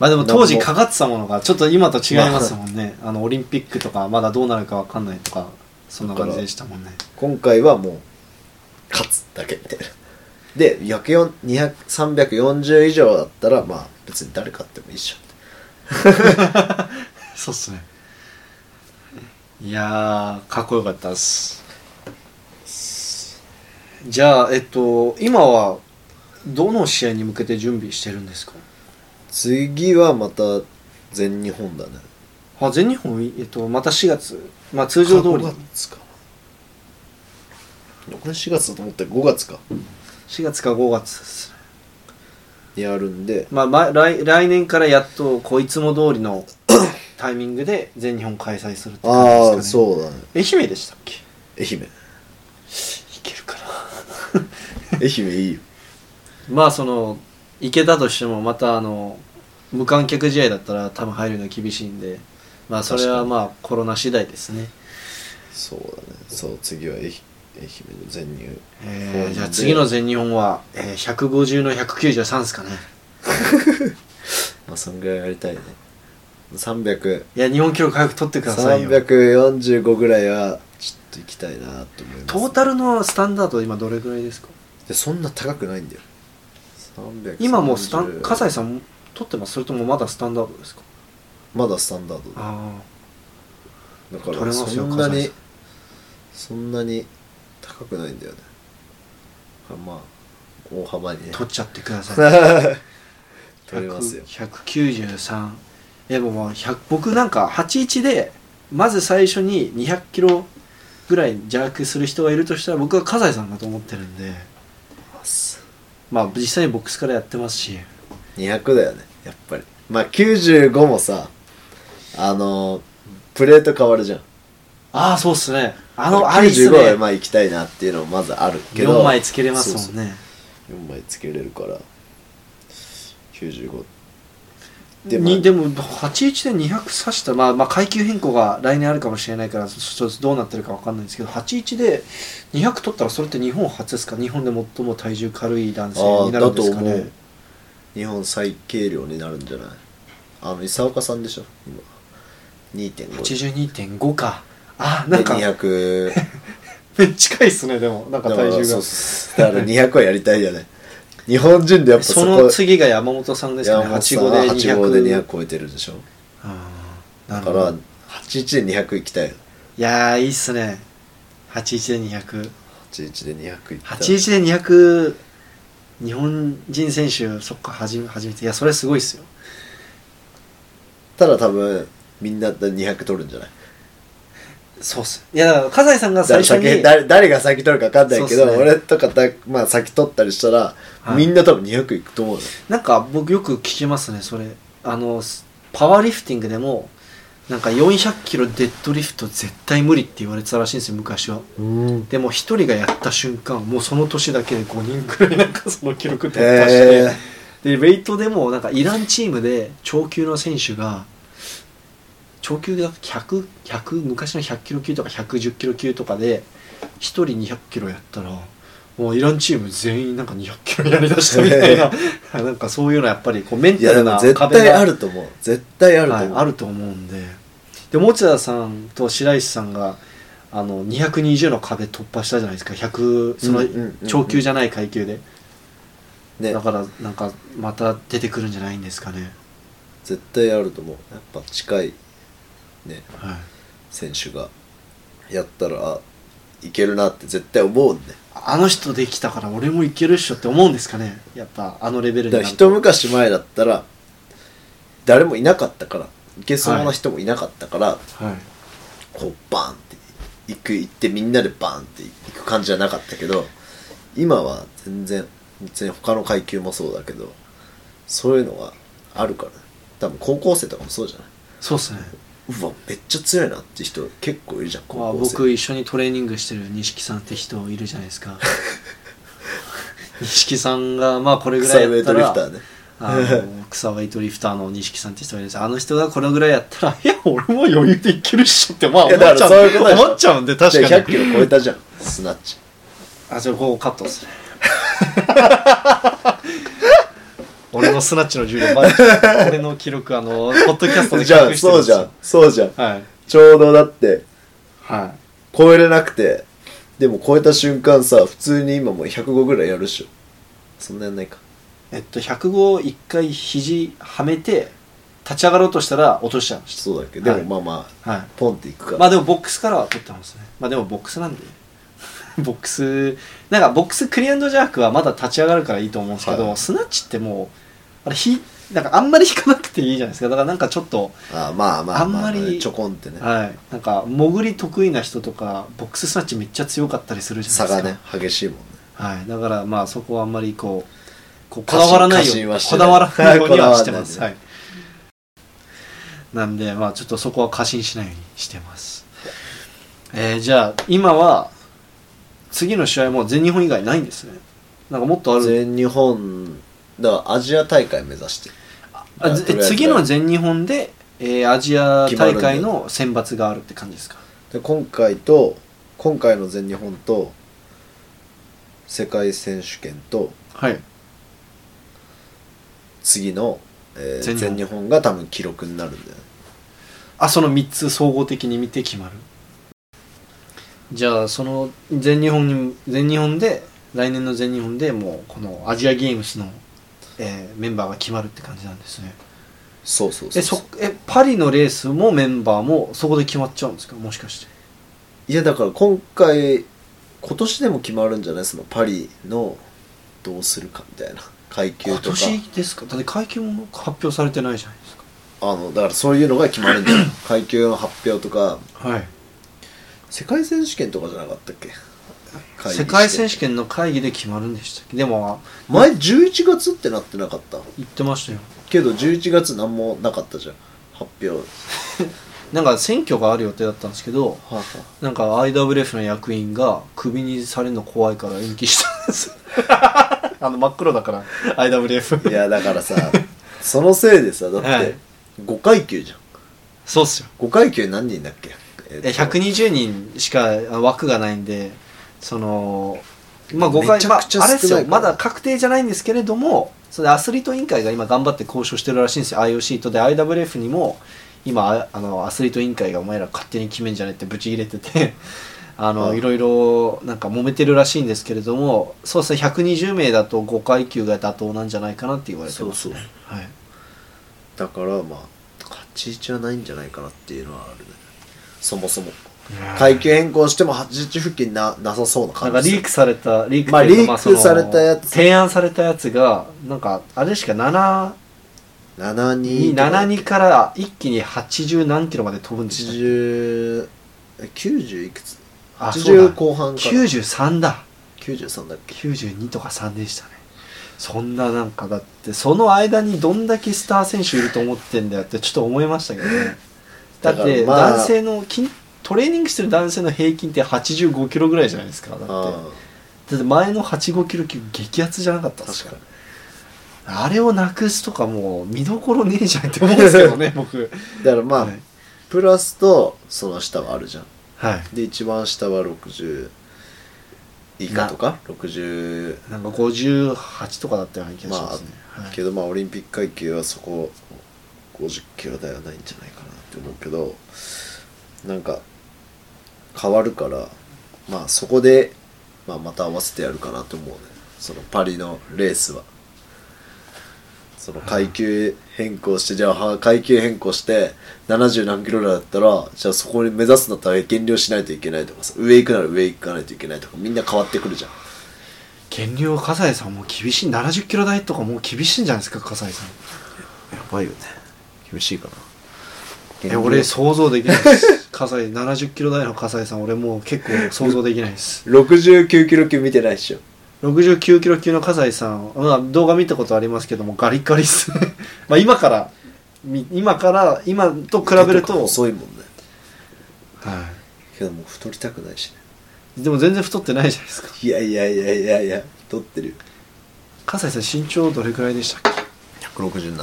まあでも当時かかってたものがちょっと今と違いますもんね、あ、のオリンピックとかまだどうなるかわかんないとかそんな感じでしたもんね
今回はもう勝つだけみたいなで104 200 340以上だったらまあ別に誰勝ってもいいっしょ
そうっすねいやーかっこよかったっすじゃあえっと今はどの試合に向けて準備してるんですか
次はまた全日本だね
あ全日本、えっと、また4月、まあ、通常通り
5月かこれ4月だと思ったら5月か
4月か5月ですね
にやるんで
まあ、ま来来年からやっとこういつも通りのタイミングで全日本開催するって感じ
ああー
ですかね
そうだね
愛媛でしたっけい
愛
<laughs>
媛
けるかな
愛媛いいよ
まあその行けたとしてもまたあの無観客試合だったら多分入るの厳しいんでまあそれはまあコロナ次第ですね
そうだねそう次は愛愛媛の全入
えーじゃあ次の全日本は、えー150の193ですかね
まあそんぐらいやりたいね300
いや日本記録早く取ってくださいよ
345ぐらいはちょっと行きたいなと思います
トータルのスタンダード今どれぐらいですか
でそんな高くないんだよ330
今もうスタン葛西さん取ってますそれともまだスタンダードですか
まだスタンダードだ
ああ
だか
取れま
ら
すよ
そんな
笠井
に
さん
そんなに高くないんだよねあまあ大幅にね
取っちゃってください
取れますよ
193いやもうもう100僕なんか81でまず最初に200キロぐらい弱する人がいるとしたら僕は葛西さんだと思ってるんでまあ実際ボックスからやってますし
200だよねやっぱりまあ95もさあのプレート変わるじゃん
ああそうっすねあのあれっす
95は
ね
まあ行きたいなっていうのもまずあるけど
4枚つけれますもんね
4枚つけれるから95
で
で
も
も
にでも81で200指した、まあ、まあ階級変更が来年あるかもしれないからちょっとどうなってるかわかんないんですけど81で200取ったらそれって日本初ですか日本で最も体重軽い男性
ああ
になる
だ
んで
と
すか
思
ね
う日本最軽量になるんじゃないあの伊佐岡さんでしょ今2.5
82.5かあなんか
で200
近いっすねでもなんか
だか
体重
らそ
が
うそうだから200はやりたいよね日本人でやっぱそ
そ
こ
の次が山本さんですかね
山本さんは
85で200
85で200超えてるでしょ
あーな
だ
るほ
か
ど
ら81で200行きたいよ
いやーいいっすね81で200
81で200行ったら
81で200日本人選手そっか初め初めていやそれすごいっすよ
ただ多分みんな200取るんじゃない
そうっすいやだから葛西さんが最
誰
初に
先誰誰が先取るか分かんないけ
そう
ど、
っすね
俺とかだ、まあ、先取ったりしたら、
はい
みんな多分200いくと思うよ
なんか僕よく聞きますねそれあのすパワーリフティングでもなんか400キロデッドリフト絶対無理って言われてたらしいんですよ昔はでも一人がやった瞬間もうその年だけで5人くらいなんかその記録突破して、
え
でウェイトでもなんかイランチームで長級の選手が長級だと100 100昔の100キロ級とか110キロ級とかで1人200キロやったらもうイランチーム全員なんか200キロやりだしたみたいななんかそういうのはやっぱりこうメン
ーい
タ
やで
ルな
も絶
壁
対
が
あると思う絶対あると
はい
思う、
あると思うんでで持田さんと白石さんがあの220の壁突破したじゃないですか100そ
うんうんうんう
の
ん
長級じゃない階級で
ね
だからなんかまた出てくるんじゃないんですかね、
絶対あると思うやっぱ近いね
はい、
選手がやったらあいけるなって絶対思うんで
あの人できたから俺もいけるっしょって思うんですかねやっぱあのレベル
だ
にな
から
る
一
と
昔前だったら誰もいなかったからいけそうな人もいなかったから、
はい
こうバーンって行く行ってみんなでバーンって行く感じじゃなかったけど今は全然別に他の階級もそうだけどそういうのがあるからね多分高校生とかもそうじゃない
そうっすね
うわめっちゃ強いなって人結構いるじゃん
まあ
高校生
僕一緒にトレーニングしてる錦さんって人いるじゃないです
<laughs>
か錦さんがまあこれぐらいやった
草ウェイトリフ
ら
ターね
あの草ウェイトリフターの錦さんって人がいるんですあの人がこれぐらいやった <laughs> らいや俺も余裕でいけるっしょってまあ
い
思
や
っちゃう
だからそういうことでしょ
思っちゃうんで確
で
か
100
に
キロ超えたじゃんスナッチ
あじゃあこうカットですね <laughs> 俺のスナッチの重量マジ <laughs> で俺の記録あのポッドキャストで
じ
記
ゃ
録
あ
してるん
そう
です
じ
よ
ゃんそうじゃん
はい
ちょうどだって
は
超えれなくてでも超えた瞬間さ普通に今もう105ぐらいやるっしょそんなやんないか
いえっと105を1回肘はめて立ち上がろうとしたら落としちゃいまし
そうだっけで
はい
もまあまあ
たはい
ポンっていくから、
まあでもボックスからは取ってますねまあでもボックスなんで <laughs> ボックスなんかボックスクリアンドジャークはまだ立ち上がるからいいと思うんですけど、
はい
スナッチってもうあれひなんかあんまり引かなくていいじゃないですかだからなんかちょっと
あーまあまあまあ、ま
あんまり
ちょこんってね
はい、なんか潜り得意な人とかボックススナッチめっちゃ強かったりするじゃない
差
ですか
がね激しいもんね
はい、だからまあそこはあんまりこうこうこ
過
だ
信
わらない
過
ように
信はして
こ
ない
だわらないようには
はい
してます、
こだ
は
わ
い、なんでまあちょっとそこは過信しないようにしてます、えー、じゃあ今は次の試合も全日本以外ないんですねなんかもっとある
全日本だからアジア大会目指して
あぜ
とりあえず
次の全日本で、えーアジア大会の選抜があるって感じですか
で今回と今回の全日本と世界選手権と
はい
次の、えー
全
全
日
日
本
本が多分記録になるんだよね
あその3つ総合的に見て決まるじゃあその全日本に全日本で来年の全日本でもうこのアジアゲームスの、えーメンバーが決まるって感じなんですね
そうそうそ
え
うそう
そえパリのレースもメンバーもそこで決まっちゃうんですかもしかして
いやだから今回今年でも決まるんじゃないそのパリのどうするかみたいな階級
今
とか
年ですかだって階級も発表されてないじゃないですか
あのだからそういうのが決まるんじ
<laughs>
ゃない階級の発表とか
はい
世界選手権とかじゃなかったっけ会議して
世界選手権の会議で決まるんでしたっけでも
前11月ってなってなかった
言ってましたよ
けど11月何もなかったじゃん発表は
なんか選挙がある予定だったんですけど
あは
なんか IWF の役員がクビにされるの怖いから延期したんです <laughs> あの真っ黒だから IWF
あいやだからさそのせいでさだっ
はい
て5階級じゃん
そうっすよ
5階級何人だっけ、えっ
い
と
や120人しかあ枠がないんでそのまあ5回
めちゃくちゃ
まあ、あれです
少な
よ
いか
ま
ら
だ確定じゃないんですけれどもそれでアスリート委員会が今頑張って交渉してるらしいんですよ IOC とで IWF にも今ああのアスリート委員会がお前ら勝手に決めんじゃねってブチ入れてて <laughs> あの、
うん
いろいろなんか揉めてるらしいんですけれどもそうですね120名だと5階級が妥当なんじゃないかなって言われて
そ
ま
う
す
そう
はい、
だからまあ勝ち位置はないんじゃないかなっていうのはあるねそもそも階級変更しても81付近ななさそう
な
な
ん
感
か
じ
リークされた、リーク
まあ
っていうか
リーク
その
されたやつ
提案されたやつが、なんか、あれしか7、
72
72から一気に80何キロまで飛ぶんですよ。
80 90いくつ
あそうだ
80後半から
93だ。
93だっけ
92とか3でしたね。そんななんか、だって、その間にどんだけスター選手いると思ってんだよってちょっと思いましたけどね。だって、
<laughs> だからまあ
男性の筋、トレーニングしてる男性の平均って85キロぐらいじゃないですか。だって。
あ
だって前の85キロ級激アツじゃなかった
あ
ですか
確かに
あれをなくすとかもう見どころねえじゃんって思うんですけど <laughs> ね僕
だからまあ、
はい
プラスとその下はあるじゃん
は
で一番下は60以下とか60
いなんか58とかだったような気がしますね、はい
けどまあオリンピック階級はそこ50キロ台はないんじゃないかなって思うけどなんか変わるからまあそこで、まあ、また合わせてやるかなと思うねそのパリのレースはその階級変更してじゃあは階級変更して70何キロ台だったらじゃあそこに目指すんだったら減量しないといけないとかさ上行くなら上行かないといけないとかみんな変わってくるじゃん
減量葛西さんもう厳しい70キロ台とかもう厳しいんじゃないですか葛西さんやばいよね
厳しいかな
え俺想像できないです葛西70キロ台の葛西さん俺もう結構想像できないです
69キロ級見てないっしょ
69キロ級の葛西さん、まあ、動画見たことありますけどもガリガリっすね <laughs> まあ今からみ今から今と比べると
遅いもんね
は
けどもう太りたくないしね
い、でも全然太ってないじゃないですか
いやいやいやいやいや太ってる
葛西さん身長どれくらいでしたっ
167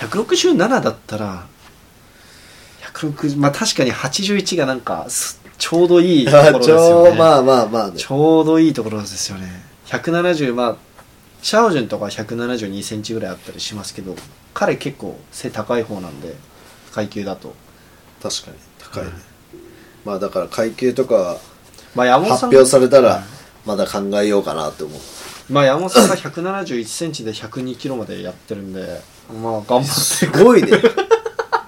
け167だったら160まあ確かに81がなんかすちょうどいいところ
あ
です
ち
よ
ょ
ね
うまあまあまあね
ちょうどいいところですよね170まあシャオジュンとか172センチぐらいあったりしますけど彼結構背高い方なんで階級だと
確かに高いね、
うん
まあだから階級とか
まあ山本
発
さん
表されたらまだ考えようかなって思う
まあ山本さんが171センチで102キロまでやってるんでまあ頑張って
<laughs> すごいね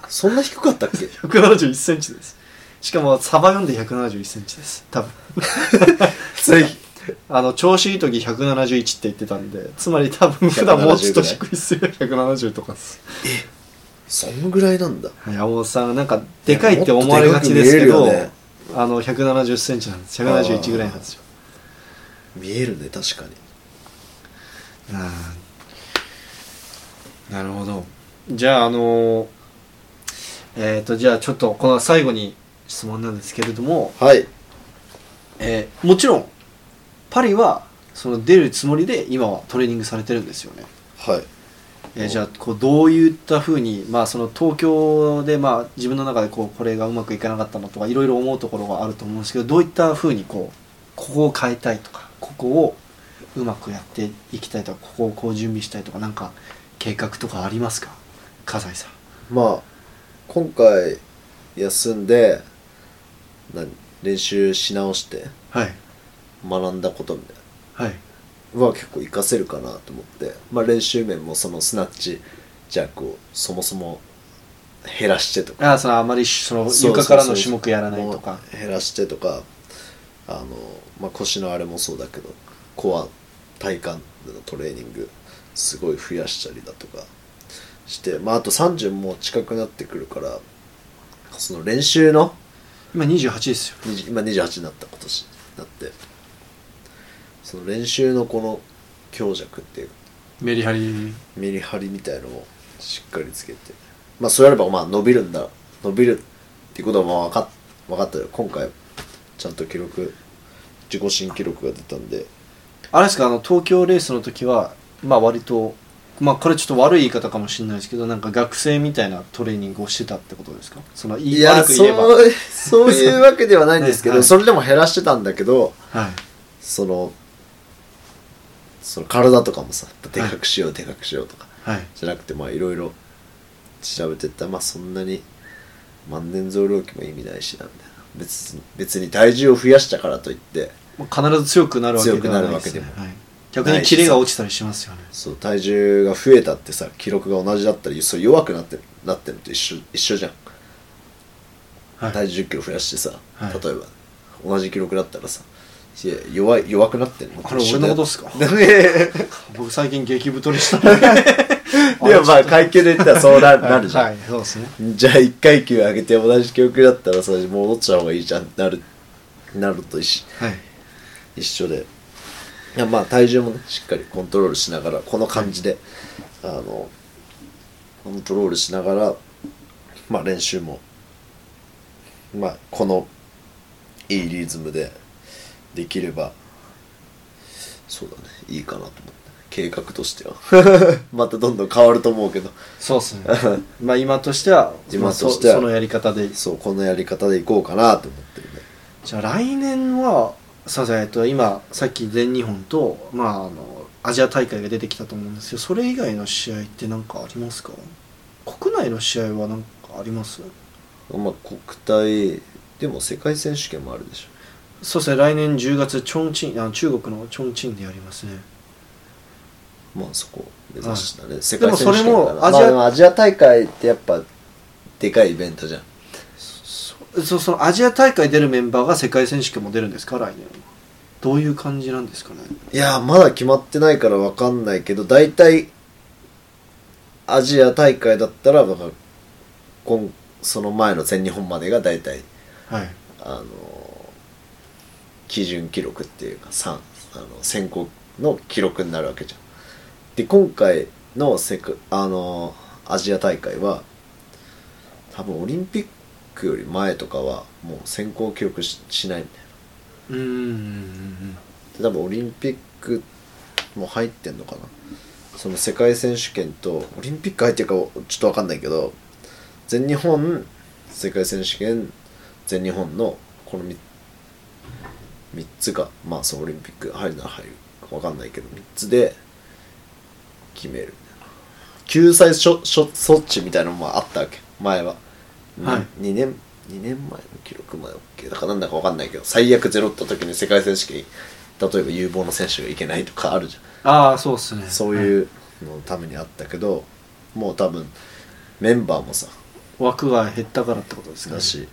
そんな低かったっけ
171センチですしかもサバ読んで171センチです多分
<laughs> ぜひ
<laughs> あの調子いい時171って言ってたんでつまり多分普段もうちょっと低いっすよ170とかっす
そんぐらいなんだ
山本さんがなんかでかいって思われがちですけ
も
ど、
っとでかく見えるよね
あの170センチなんです171ぐらいなんですよ
見えるね確かに
あーなるほどじゃああのーえっ、とじゃあちょっとこの最後に質問なんですけれども
はい
えーもちろんパリはその出るつもりで今はトレーニングされてるんですよね、
はい
えー
うん
じゃあこうどういったふうに、まあ、その東京で、まあ、自分の中でこうこれがうまくいかなかったなとかいろいろ思うところがあると思うんですけどどういったふうにこうここを変えたいとかここをうまくやっていきたいとかここをこう準備したいとかなんか計画とかありますか葛西さん
まあ今回休んで何練習し直して
はい
学んだことみたいな
はい
は結構活かせるかなと思って、まあ、練習面もそのスナッチジャックをそもそも減らしてとか
あーそのあまりその
そう
床からの種目やらないとか
もう減らしてとかあの、まあ、腰のあれもそうだけどコア体幹のトレーニングすごい増やしたりだとかして、まあ、あと30も近くなってくるからその練習の
今28ですよ
20今28になった今年なってその練習のこの強弱っていう
メリハリ
メリハリみたいのをしっかりつけてまあそうやればまあ伸びるんだ伸びるっていうことはまあ分かっ分かったよ今回ちゃんと記録自己新記録が出たんで
あれですかあの東京レースの時はまあ割とまあこれちょっと悪い言い方かもしれないですけどなんか学生みたいなトレーニングをしてたってことですかそのい
いや
悪く言えば
そうそういうわけではないんですけ
<laughs>
ど、
はい
それでも減らしてたんだけど
はい
そのその体とかもさでかくしよう、でかくしようとか
はい
じゃなくてまあいろいろ調べてったらまあそんなに万年増量期も意味ないしなみたいな別に別に体重を増やしたからといって
まあ必ず強くなるわけではないです、ね、
強くなるわけで
は
も
い、逆にキレが落ちたりしますよね
そう体重が増えたってさ記録が同じだったりそう弱くなってるなってるのと一緒一緒じゃん、
はい
体重1 0キロ増やしてさ、
はい
例えば同じ記録だったらさいや弱い弱くなってるの
あれ俺のことっすか
ね
<laughs> 僕最近激太りしたんで
<laughs> いやまあ階 <laughs> 級で言ったらそうななるじゃん、
<laughs> はい、はい、そうですね
じゃあ1階級上げて同じ記録だったらさ戻っちゃう方がいいじゃんなるなると一緒
はい
一緒でいやまあ体重もねしっかりコントロールしながらこの感じで、あのコントロールしながらまあ練習もまあこのいいリズムでできればそうだねいいかなと思って計画としてはまたどんどん変わると思うけど
そうです
<laughs>
ねまあ今としては
今として
ま
は
あそそのやり方で
そうこのやり方でいこうかなと思ってるね
じゃあ来年はさえっと今さっき全日本とまああのアジア大会が出てきたと思うんですけどそれ以外の試合って何かありますか国内の試合は何かあります
まあ国体でも世界選手権もあるでしょ
そうですね来年10月チョンチンあの中国のチョンチンでやりますね
まあそこを目指したね、世
で
界
も
選
そ
手
れ
権
も
かな
ア
まあ
ジア
でもアジア大会ってやっぱでかいイベントじゃん
そそそのアジア大会出るメンバーが世界選手権も出るんですか来年はどういう感じなんですかね
いやーまだ決まってないから分かんないけど大体アジア大会だったらだから今その前の全日本までが大体
はい
あのー基準記録っていうか3あの選考の記録になるわけじゃんで今回のセクあのーアジア大会は多分オリンピックより前とかはもう選考記録ししないんだよ
うーん
で多分オリンピックも入ってんのかなその世界選手権とオリンピック入ってるかちょっと分かんないけど全日本世界選手権全日本のこの 3, 3つがまあそのオリンピック入るなら入るか分かんないけど3つで決める救済処処措置みたいなのもあったわけ前は、
はい
2年2年前の記録まで OK だからなんだか分かんないけど最悪ゼロった時に世界選手権に例えば有望の選手がいけないとかあるじゃん
ああそうですね
そういうののためにあったけど、もう多分メンバーもさ
枠が減ったからってことですか、
だし、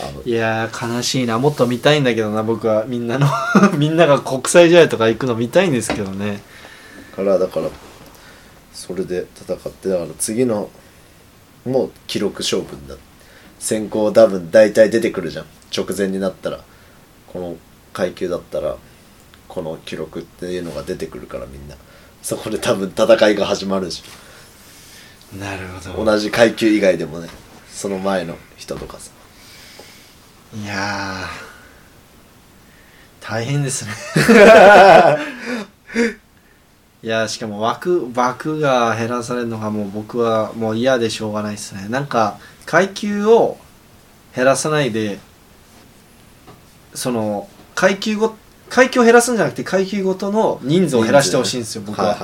あの
いやー悲しいなもっと見たいんだけどな僕はみんなの <laughs> みんなが国際試合とか行くの見たいんですけどね
からだからそれで戦ってだから次のもう記録勝負になって先行多分大体出てくるじゃん直前になったらこの階級だったらこの記録っていうのが出てくるからみんなそこで多分戦いが始まるし
なるほど
同じ階級以外でもねその前の人とかさ
いやー大変ですねいやーしかも枠枠が減らされるのがもう僕はもう嫌でしょうがないですねなんか階級を減らさないでその階級ご階級を減らすんじゃなくて階級ごとの人数を減らしてほしいんですよ僕は、
いい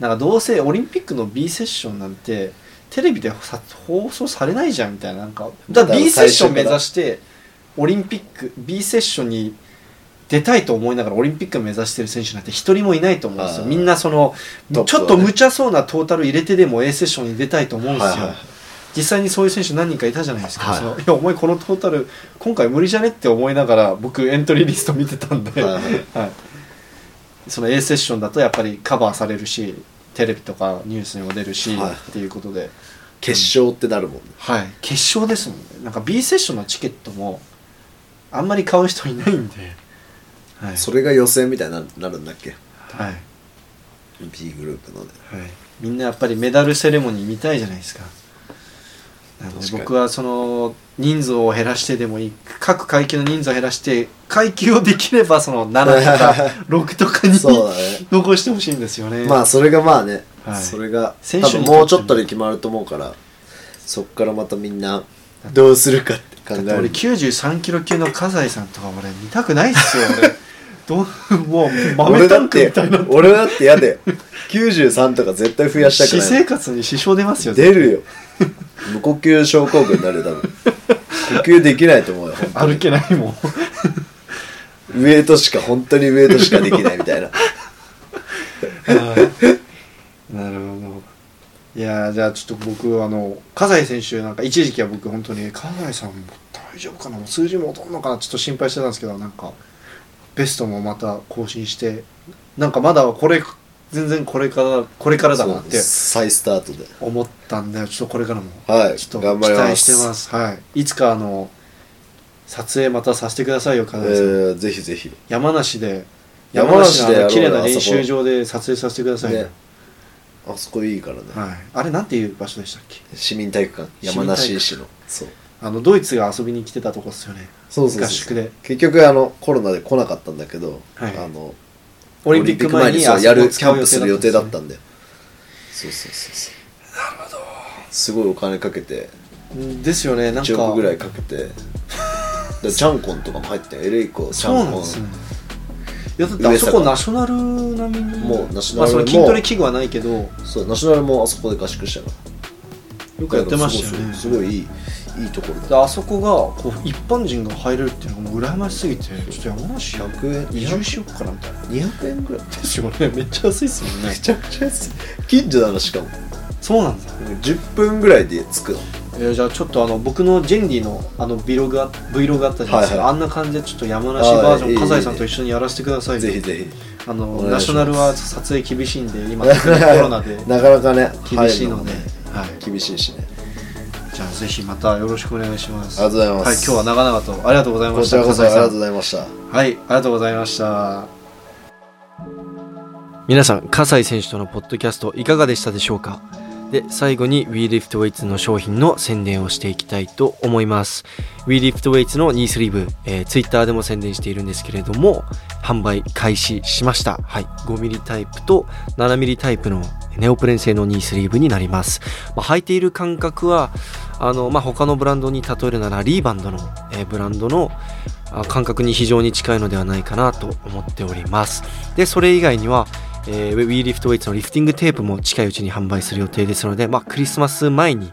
なんかどうせオリンピックの B セッションなんてテレビでさ放送されないじゃんみたいななんかだから
だから
B セッション目
最初から
指してオリンピック B セッションに出たいと思いながらオリンピック目指してる選手なんて一人もいないと思うんですよ
あー
みんなその、
トッ
ち
プは
ょ
ね
っと無茶そうなトータル入れてでも A セッションに出たいと思うんですよ、
はいはい
実際にそういう選手何人かいたじゃないですか、
はい
そのいやお前このトータル今回無理じゃねって思いながら僕エントリーリスト見てたんで、
はいはい
はい、その A セッションだとやっぱりカバーされるしテレビとかニュースにも出るし、
はい
っていうことで、
決勝ってなるもんね
はい、決勝ですもんねなんか B セッションのチケットもあんまり買う人いないんで、はい、
それが予選みたいにななるんだっけ
はい、
B グループのね
はい、みんなやっぱりメダルセレモニー見たいじゃないですかなので
確かに
僕はその人数を減らしてでもいい各階級の人数を減らして階級をできればその7とか6とかに
<laughs> そうだね
残してほしいんですよね、
まあそれがまあね、
はい
それが多
選手
分
に
もうちょっとで決まると思うからそっからまたみんなどうするかって考
だ
え
って俺
る
93キロ級の葛西さんとか俺見たくないっすよ
<laughs>
俺どうもう
俺
豆タ
だっ
ンクみ
て
たいな
俺だって嫌だよ93とか絶対増やした
私
くない
生活に支障出ますよ
出るよ無呼吸症候群になるよ多分呼吸できないと思うよ本当に
歩けないもん
ウエイトしか本当にウエイトしかできない
<laughs>
みたいな
はいなるほどいやーじゃあちょっと僕あの葛西選手なんか一時期は僕本当に葛西さんも大丈夫かなもう数字も劣んのかなちょっと心配してたんですけどなんかベストもまた更新してなんかまだこれ全然これからこれからだなって
そう再スタートで
思ったんでちょっとこれからも
はい
ちょっと
頑張
期
ります
待してますはいいつかあの撮影またさせてくださいよ
え
金井さん、
ーぜひぜひ
山梨で
山梨で
山のあの綺麗
やろうよ
な練
あそ
習
こ
場で撮影させてくださいよ、
ねあそこいいからね、
はい、あれなんていう場所でしたっけ
市民体育館山梨市のそう
あのドイツが遊びに来てたとこっすよね
そうそうそう
合宿で
結局あのコロナで来なかったんだけど、
はい
あの
オリンピック前に
そうやる
あ
キ
そこ
ャ
を
ンプ
使
す
う
る予定だった
ん
んでそうそうそうそうなるほどすごいお金かけて
ですねですよねなんか
1億ぐらいか
<laughs>
けてでチャンコンとかも入ってエレイコチャ
そう
ン
なん
コン
ですねいやだってあそこナショナル並みに
もうナショナル
まあ、その
も
筋トレ器具はないけどよ
そうナショナルもあそこで合宿したか
く
ら
やってましたよね
すごいすごいいいいいところ
で
だ
あそこがこう一般人が入れるっていうのがもう羨ましすぎてちょっと山梨や
100円
移住しようかなみたいな
200円ぐらい
ですよねめっちゃ安いっすもんね
めちゃくちゃ安い近所だなしかも
そうなんだ、
10分ぐらいで着くの
えーじゃあちょっとあの僕のジェンリーのあの Vlog あ Vlog あったじゃないですか、
はいはい
あんな感じでちょっと山梨バージ
あ
ョ
ーいい
ン
ね
葛西さんと一緒にやらせてくださいよ
ぜひぜひ
あ
お
の
願いします
ナショナルは撮影厳しいんで今特にコロナ
<laughs>
で
なかなかね
厳しいので、
入るもね
はい、
厳しいしね
じゃあぜひまたよろしくお願いします
ありがとうございます
はい、今日は長々とありがとうございま
こ
し
ちら
た
こそあ
葛西さ
りがとうんございました
はい、ありがとうございました。皆さん、笠西選手とのポッドキャストいかがでしたでしょうかで、最後に WeLiftWeights の商品の宣伝をしていきたいと思います。WeLiftWeights のニースリーブ、えー、Twitter でも宣伝しているんですけれども、販売開始しました。はい、5mm タイプと 7mm タイプのネオプレン製のニースリーブになります。まあ、履いている感覚は、あの、まあ、他のブランドに例えるならリーバンドの、えーブランドのあ感覚に非常に近いのではないかなと思っておりますでそれ以外には、えー、WeLiftWeights のリフティングテープも近いうちに販売する予定ですので、まあ、クリスマス前に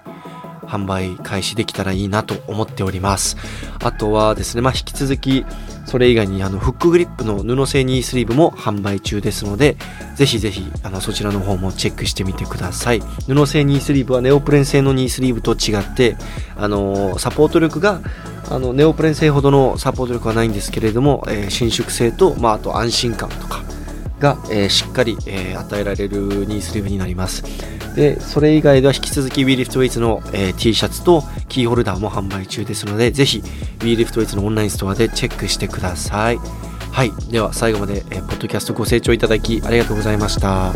販売開始できたらいいなと思っておりますあとはですね、まあ、引き続きそれ以外にあのフックグリップの布製ニースリーブも販売中ですのでぜひぜひあのそちらの方もチェックしてみてください布製ニースリーブはネオプレン製のニースリーブと違ってあのサポート力があのネオプレン製ほどのサポート力はないんですけれども、えー伸縮性と、まあ、あと安心感とかが、えーしっかり、えー与えられるニースリーブになりますでそれ以外では引き続き WeLiftWeights の、えー T シャツとキーホルダーも販売中ですのでぜひ WeLiftWeights のオンラインストアでチェックしてくださいはいでは最後まで、えーポッドキャストご清聴いただきありがとうございました